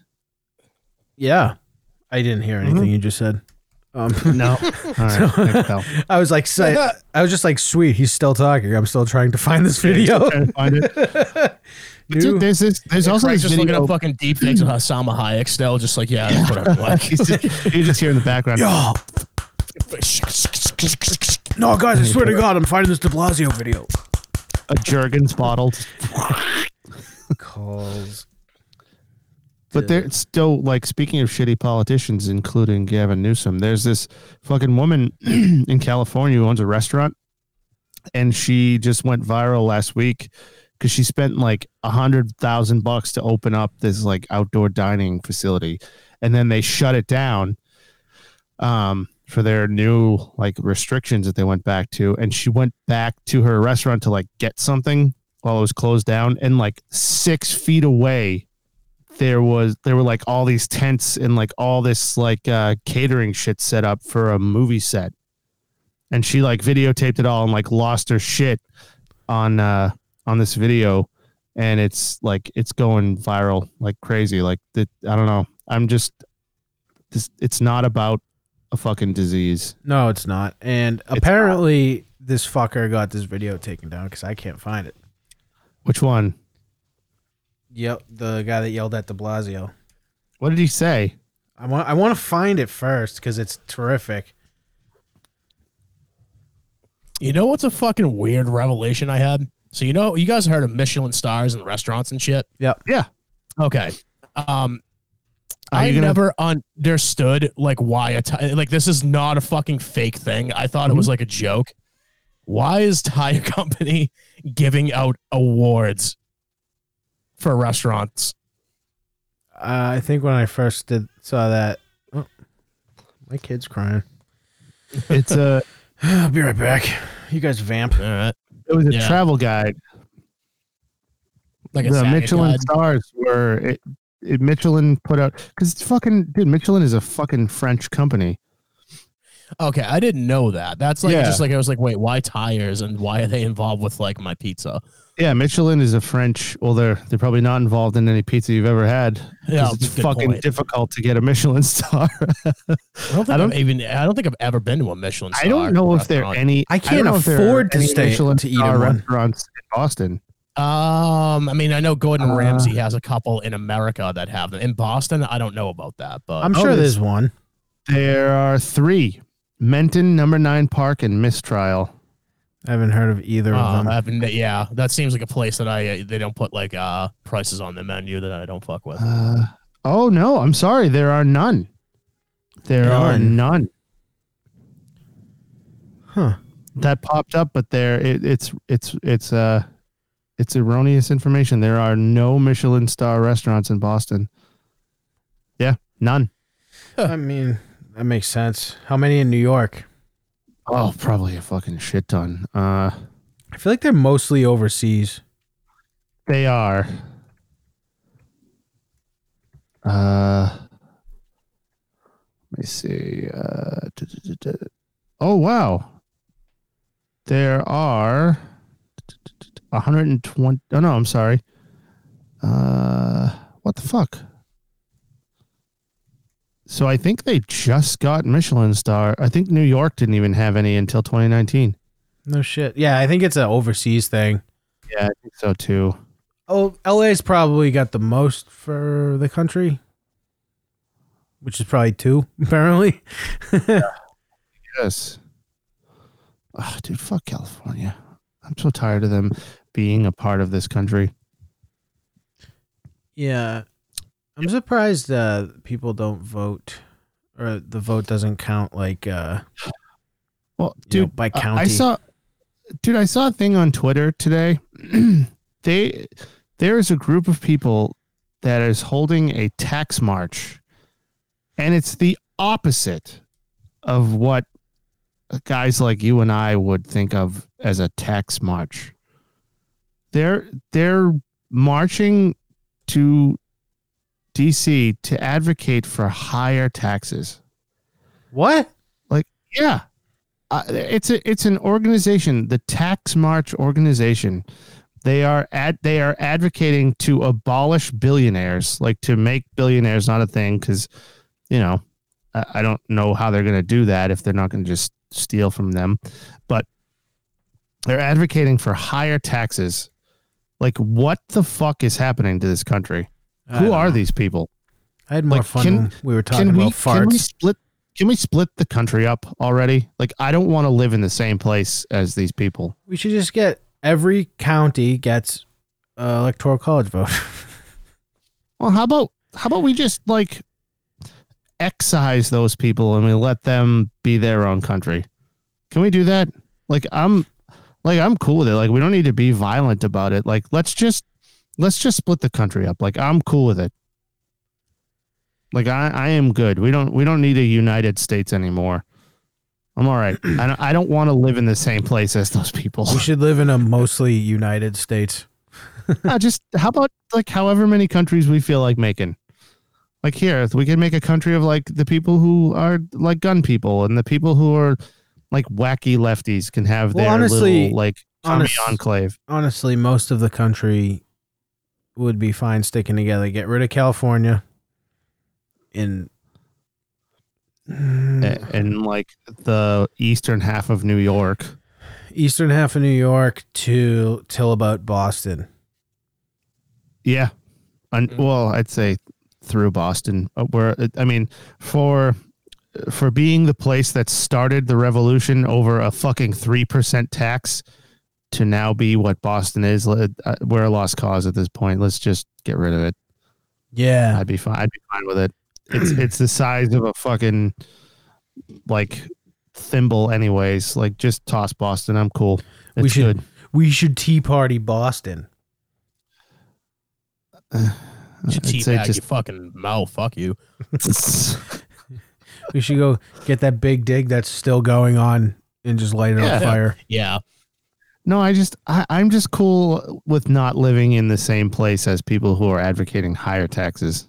Speaker 1: Yeah, I didn't hear anything you just said. Um,
Speaker 2: No. All right. Thanks, pal.
Speaker 1: I was like, si- I was just like, sweet. He's still talking. I'm still trying to find this video.
Speaker 2: Trying to find it.
Speaker 1: New-
Speaker 2: Dude, there's this, there's also
Speaker 3: Craig's
Speaker 2: this
Speaker 3: just looking
Speaker 2: video.
Speaker 3: up fucking deep things of Osama Hayek still, just like yeah, that's what I'm like.
Speaker 2: He's just, you just hear in the background.
Speaker 1: Oh, no, guys, I swear to God, I'm finding this De Blasio video.
Speaker 2: A Jergens bottle.
Speaker 1: Calls.
Speaker 2: But there's still like speaking of shitty politicians, including Gavin Newsom. There's this fucking woman in California who owns a restaurant, and she just went viral last week because she spent like a hundred thousand bucks to open up this like outdoor dining facility, and then they shut it down, um, for their new like restrictions that they went back to, and she went back to her restaurant to like get something while it was closed down, and like six feet away there was there were like all these tents and like all this like uh catering shit set up for a movie set and she like videotaped it all and like lost her shit on uh on this video and it's like it's going viral like crazy like that i don't know i'm just this it's not about a fucking disease
Speaker 1: No, it's not. And apparently, this fucker got this video taken down because I can't find it.
Speaker 2: which one
Speaker 1: Yep, the guy that yelled at De Blasio.
Speaker 2: what did he say
Speaker 1: I want. I want to find it first because it's terrific.
Speaker 3: You know what's a fucking weird revelation I had? So you know you guys heard of Michelin stars and restaurants and shit?
Speaker 1: Yep.
Speaker 2: yeah
Speaker 3: Okay. Um
Speaker 2: Are
Speaker 3: I
Speaker 2: you gonna-
Speaker 3: never understood like why a ti- like this is not a fucking fake thing. I thought it
Speaker 2: Mm-hmm.
Speaker 3: was like a joke. Why is tire company giving out awards for restaurants?
Speaker 1: Uh, I think when I first did saw that, oh, my kid's crying.
Speaker 2: it's a
Speaker 1: I'll be right back. You guys vamp.
Speaker 3: All right.
Speaker 2: it was a
Speaker 3: Yeah.
Speaker 2: travel guide
Speaker 3: Like a
Speaker 2: the
Speaker 3: Saga
Speaker 2: Michelin
Speaker 3: God.
Speaker 2: stars were it, it Michelin put out because it's fucking dude. Michelin is a fucking French company.
Speaker 3: Okay, I didn't know that. That's like
Speaker 2: Yeah.
Speaker 3: just like I was like, wait, why tires and why are they involved with like my pizza?
Speaker 2: Yeah, Michelin is a French. Well, they're they're probably not involved in any pizza you've ever had. 'cause
Speaker 3: Yeah,
Speaker 2: it's
Speaker 3: good
Speaker 2: fucking
Speaker 3: point.
Speaker 2: difficult to get a Michelin star.
Speaker 3: I don't think I have even. I don't think I've ever been to a Michelin.
Speaker 2: I don't
Speaker 3: star
Speaker 2: know if there are
Speaker 3: restaurant.
Speaker 2: any.
Speaker 1: I
Speaker 2: don't
Speaker 1: can't
Speaker 2: know if there are
Speaker 1: afford to
Speaker 2: any
Speaker 1: stay-
Speaker 2: Michelin
Speaker 1: to eat
Speaker 2: star
Speaker 1: in one.
Speaker 2: restaurants in Boston.
Speaker 3: Um, I mean, I know Gordon
Speaker 2: Uh,
Speaker 3: Ramsay has a couple in America that have them. In Boston, I don't know about that, but
Speaker 1: I'm
Speaker 2: Oh,
Speaker 1: sure
Speaker 2: it's-
Speaker 1: there's one.
Speaker 2: There are three: Menton, Number Nine Park, and Mistrial.
Speaker 1: I haven't heard of either
Speaker 3: Uh,
Speaker 1: of
Speaker 3: I
Speaker 1: them.
Speaker 3: haven't- yeah, that seems like a place that I uh, they don't put like uh prices on the menu that I don't fuck with.
Speaker 2: Uh, oh no, I'm sorry. There are none. There are
Speaker 1: None.
Speaker 2: none.
Speaker 1: Huh.
Speaker 2: That popped up, but there it, it's it's it's uh it's erroneous information. There are no Michelin star restaurants in Boston. Yeah, none.
Speaker 1: I mean, that makes sense. How many in New York?
Speaker 2: Oh, probably a fucking shit ton. Uh,
Speaker 1: I feel like they're mostly overseas.
Speaker 2: they are. Uh, let me see. Uh, duh, duh, duh, duh. oh wow, there are 120. Oh no, I'm sorry. Uh, what the fuck? So I think they just got Michelin star. I think New York didn't even have any until 2019.
Speaker 1: No shit. Yeah, I think it's an overseas thing.
Speaker 2: Yeah, I think so too.
Speaker 1: Oh, LA's probably got the most for the country, which is probably two, apparently.
Speaker 2: Yes. Oh, dude, fuck California. I'm so tired of them being a part of this country.
Speaker 1: Yeah. I'm surprised uh, people don't vote or the vote doesn't count like uh,
Speaker 2: Well,
Speaker 1: you know,
Speaker 2: dude,
Speaker 1: by
Speaker 2: I-
Speaker 1: county.
Speaker 2: I saw, dude, I saw a thing on Twitter today. they, there is a group of people that is holding a tax march, and it's the opposite of what guys like you and I would think of as a tax march. They're they're marching to DC to advocate for higher taxes.
Speaker 1: what?
Speaker 2: Yeah. Uh, it's a, it's an organization, the Tax March organization. They are ad, they are advocating to abolish billionaires, like to make billionaires not a thing cuz you know, I, I don't know how they're going to do that if they're not going to just steal from them. But they're advocating for higher taxes. Like what the fuck is happening to this country?
Speaker 1: I
Speaker 2: Who
Speaker 1: don't
Speaker 2: are
Speaker 1: know.
Speaker 2: these people?
Speaker 1: I had more
Speaker 2: Like,
Speaker 1: fun
Speaker 2: can-
Speaker 1: when we were talking about farts.
Speaker 2: Can we split? Can we split the country up already? Like, I don't want to live in the same place as these people.
Speaker 1: We should just get every county gets uh, electoral college vote.
Speaker 2: Well, how about how about we just like excise those people and we let them be their own country? Can we do that? Like, I'm like I'm cool with it. Like, we don't need to be violent about it. Like, let's just let's just split the country up. Like, I'm cool with it. Like, I I am good. We don't we don't need a United States anymore. I'm all right. I don't, I don't want to live in the same place as those people.
Speaker 1: we should live in a mostly United States.
Speaker 2: Yeah, just how about like however many countries we feel like making. Like here, if we can make a country of like the people who are like gun people and the people who are like wacky lefties can have
Speaker 1: Well,
Speaker 2: their
Speaker 1: honestly-
Speaker 2: little like commie
Speaker 1: honest-
Speaker 2: enclave.
Speaker 1: Honestly, most of the country would be fine sticking together. Get rid of California and Mm,
Speaker 2: A- And like the eastern half of New York.
Speaker 1: eastern half of New York to till about Boston.
Speaker 2: Yeah. And
Speaker 3: Mm.
Speaker 2: well, I'd say through Boston, uh, where I mean, for for being the place that started the revolution over a fucking three percent tax to now be what Boston is, let- uh, we're a lost cause at this point. Let's just get rid of it.
Speaker 1: Yeah.
Speaker 2: I'd be fine. I'd be fine with it. It's it's the size of a fucking like thimble, anyways. Like just toss Boston. I'm cool.
Speaker 1: We
Speaker 2: It's
Speaker 1: should-
Speaker 2: good.
Speaker 1: We should Tea Party Boston.
Speaker 3: you
Speaker 2: I'd say
Speaker 3: teabag, you
Speaker 2: just-
Speaker 3: fucking mouth, fuck you.
Speaker 1: We should go get that big dig that's still going on and just light it on
Speaker 2: Yeah.
Speaker 1: fire.
Speaker 3: Yeah,
Speaker 2: No, I just I, I'm just cool with not living in the same place as people who are advocating higher taxes.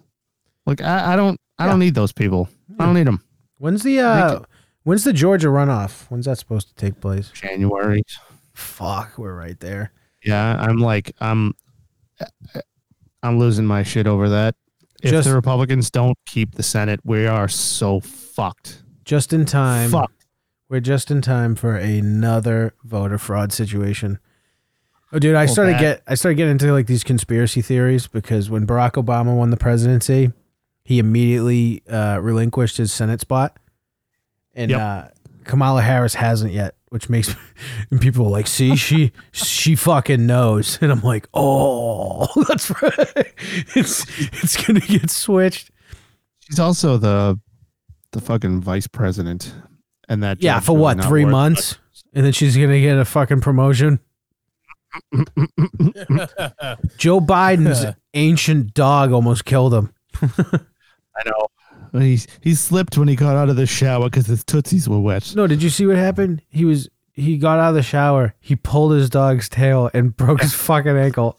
Speaker 2: Like I, I don't I don't need those people. I don't need them.
Speaker 1: When's the uh when's the Georgia runoff? When's that supposed to take place?
Speaker 2: January.
Speaker 1: Fuck, we're right there.
Speaker 2: Yeah, I'm like I'm I'm losing my shit over that. If
Speaker 1: Just-
Speaker 2: the Republicans don't keep the Senate, we are so fucked.
Speaker 1: Just in time.
Speaker 2: fucked.
Speaker 1: We're just in time for another voter fraud situation. Oh, dude, I started
Speaker 2: that-
Speaker 1: get I started getting into like these conspiracy theories because when Barack Obama won the presidency, he immediately uh, relinquished his Senate spot, and
Speaker 2: Yep.
Speaker 1: uh, Kamala Harris hasn't yet, which makes and people are like, see, she she fucking knows, and I'm like, oh, that's right, it's it's gonna get switched.
Speaker 2: She's also the the fucking vice president, and that
Speaker 1: Yeah,
Speaker 2: job's
Speaker 1: for
Speaker 2: really
Speaker 1: what
Speaker 2: not
Speaker 1: three
Speaker 2: worth-
Speaker 1: months, and then she's gonna get a fucking promotion. Joe Biden's ancient dog almost killed him.
Speaker 2: I know. But He he slipped when he got out of the shower because his tootsies were wet.
Speaker 1: No, did you see what happened? He was he got out of the shower, he pulled his dog's tail and broke his fucking ankle.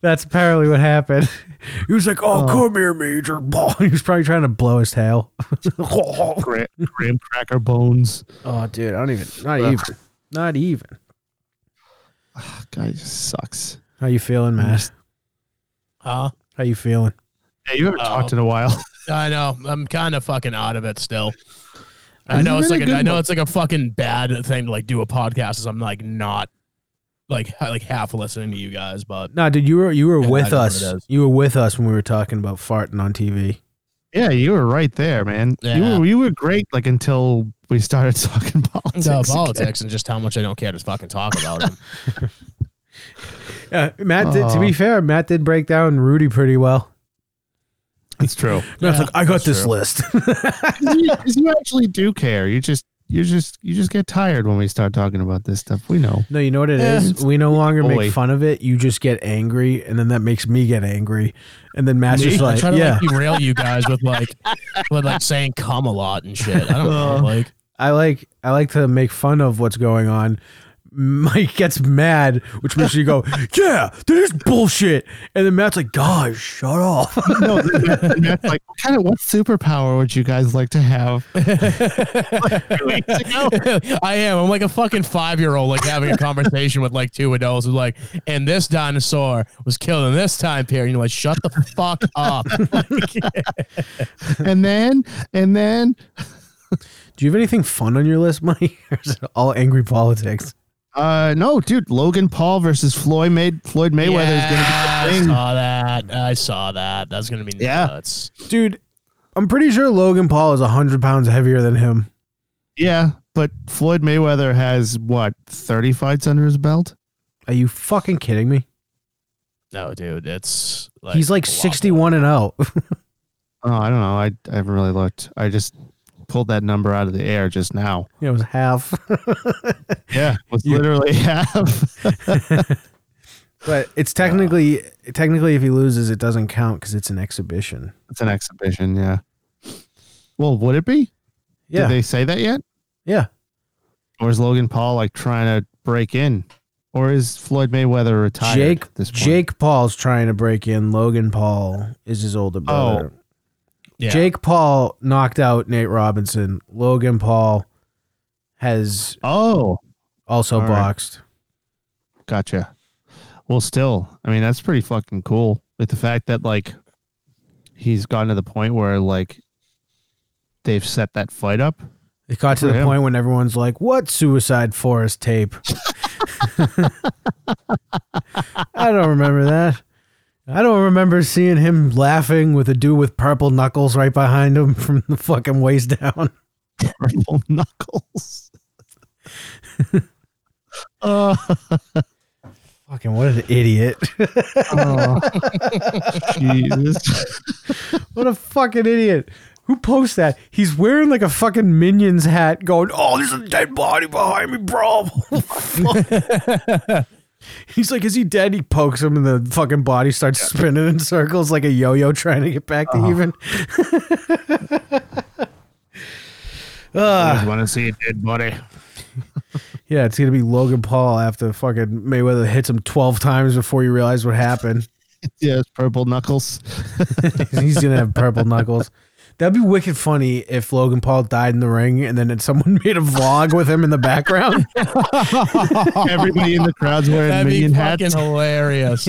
Speaker 1: That's apparently what happened. He was like, "Oh, come here, Major." He was probably trying to blow his tail. oh,
Speaker 2: Graham, graham cracker bones.
Speaker 1: dude, I don't even. Not even. Not even.
Speaker 2: Guy just sucks.
Speaker 1: How you feeling, Matt?
Speaker 3: Huh?
Speaker 1: How you feeling?
Speaker 2: Yeah, you haven't
Speaker 3: Oh.
Speaker 2: talked in a while.
Speaker 3: I know. I'm kind of fucking out of it still. I know it's like a, I know it's like a fucking bad thing to like do a podcast. Is I'm like not like ha- like half listening to you guys, but
Speaker 1: No, dude, you were you were
Speaker 3: Yeah, I
Speaker 1: with
Speaker 3: know what it
Speaker 1: us.
Speaker 3: is.
Speaker 1: You were with us when we were talking about farting on TV.
Speaker 2: Yeah, you were right there, man. You
Speaker 3: Yeah.
Speaker 2: were you were great like until we started talking politics.
Speaker 3: no
Speaker 2: again.
Speaker 3: politics and just how much I don't care to fucking talk about him.
Speaker 1: Yeah, Matt. Did, to
Speaker 3: Oh.
Speaker 2: Aw.
Speaker 1: be fair, Matt did break down Rudy pretty well.
Speaker 2: That's true.
Speaker 3: Yeah,
Speaker 1: Matt's like, I got
Speaker 3: that's
Speaker 1: this
Speaker 3: true.
Speaker 1: list.
Speaker 2: 'Cause you, 'cause you actually do care. You just you just you just get tired when we start talking about this stuff. We know.
Speaker 1: no, you know what it
Speaker 3: Yeah.
Speaker 1: is. We no longer
Speaker 2: Boy.
Speaker 1: make fun of it. You just get angry, and then that makes me get angry, and then Matt's just
Speaker 3: I
Speaker 1: like,
Speaker 3: try to
Speaker 1: yeah,
Speaker 3: like derail you guys with like with like saying cum a lot and shit. I don't know. Like
Speaker 1: I like I like to make fun of what's going on. Mike gets mad, which makes you go, yeah, this is bullshit, and then Matt's like, God, shut up.
Speaker 2: No, Matt's like what kind of what superpower would you guys like to have?
Speaker 3: I am. I'm like a fucking five year old, like having a conversation with like two adults who's like, and this dinosaur was killed in this time period. And you're like, shut the fuck up.
Speaker 2: and then and then
Speaker 1: Do you have anything fun on your list, Mike? Or is it all angry politics?
Speaker 2: uh no, dude, Logan Paul versus Floyd May- Floyd Mayweather
Speaker 3: yeah,
Speaker 2: is
Speaker 3: I
Speaker 2: gonna
Speaker 3: saw that. I saw that. That's gonna be
Speaker 2: Yeah.
Speaker 3: nuts.
Speaker 1: Dude, I'm pretty sure Logan Paul is 100 pounds heavier than him.
Speaker 2: be Yeah, but Floyd Mayweather has what, thirty fights under his belt?
Speaker 1: Are you fucking kidding me?
Speaker 3: No, dude, it's like
Speaker 1: He's like
Speaker 3: a lot
Speaker 1: 61 and out.
Speaker 2: Oh, I don't know. I, I haven't really looked. I just pulled that number out of the air just now.
Speaker 1: it was half.
Speaker 2: Yeah, was literally half.
Speaker 1: but it's technically technically if he loses it doesn't count cuz it's an exhibition.
Speaker 2: it's an exhibition. Yeah. Well, would it be?
Speaker 1: Yeah.
Speaker 2: Did they say that yet?
Speaker 1: yeah.
Speaker 2: Or is Logan Paul like trying to break in? Or is Floyd Mayweather retired?
Speaker 1: Jake
Speaker 2: at this point?
Speaker 1: Jake Paul's trying to break in. Logan Paul is his older brother.
Speaker 3: Oh, Yeah.
Speaker 1: Jake Paul knocked out Nate Robinson. Logan Paul has
Speaker 2: Oh,
Speaker 1: also
Speaker 2: All right.
Speaker 1: boxed.
Speaker 2: gotcha. Well, still, I mean, that's pretty fucking cool. With the fact that like he's gotten to the point where like they've set that fight up.
Speaker 1: It got to
Speaker 2: for
Speaker 1: the
Speaker 2: him.
Speaker 1: point when everyone's like, "What Suicide Forest tape?" I don't remember that. I don't remember seeing him laughing with a dude with purple knuckles right behind him from the fucking waist down.
Speaker 2: Purple knuckles. oh,
Speaker 1: Fucking what an idiot!
Speaker 2: Jesus.
Speaker 1: what a fucking idiot! Who posts that? He's wearing like a fucking minions hat, going, "Oh, there's a dead body behind me, bro." He's like, "Is he dead?" He pokes him, and the fucking body starts spinning in circles like a yo-yo trying to get back to even.
Speaker 2: I just want to see it dead body.
Speaker 1: Yeah, it's gonna be Logan Paul after fucking Mayweather hits him twelve times before you realize what happened.
Speaker 2: Yes, purple knuckles.
Speaker 1: He's gonna have purple knuckles. That'd be wicked funny if Logan Paul died in the ring and then someone made a vlog with him in the background.
Speaker 2: Everybody in the crowd's wearing
Speaker 3: That'd be
Speaker 2: minion
Speaker 3: fucking
Speaker 2: hats.
Speaker 3: hilarious.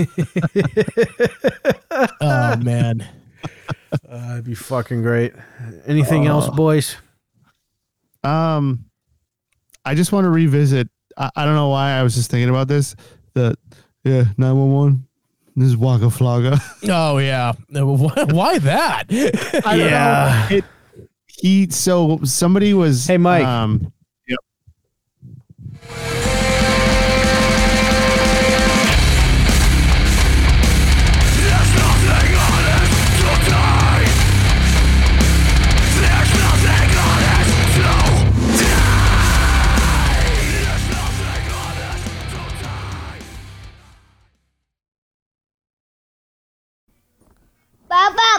Speaker 3: oh man.
Speaker 1: Uh, that'd be fucking great. Anything else, boys?
Speaker 2: Um, I just want to revisit. I, I don't know why I was just thinking about this. The yeah, nine one one. This is Waka Flocka.
Speaker 3: Oh yeah. Why why that?
Speaker 1: yeah.
Speaker 2: It, he so somebody was.
Speaker 1: Hey, Mike.
Speaker 2: Um, yep.
Speaker 6: Baba,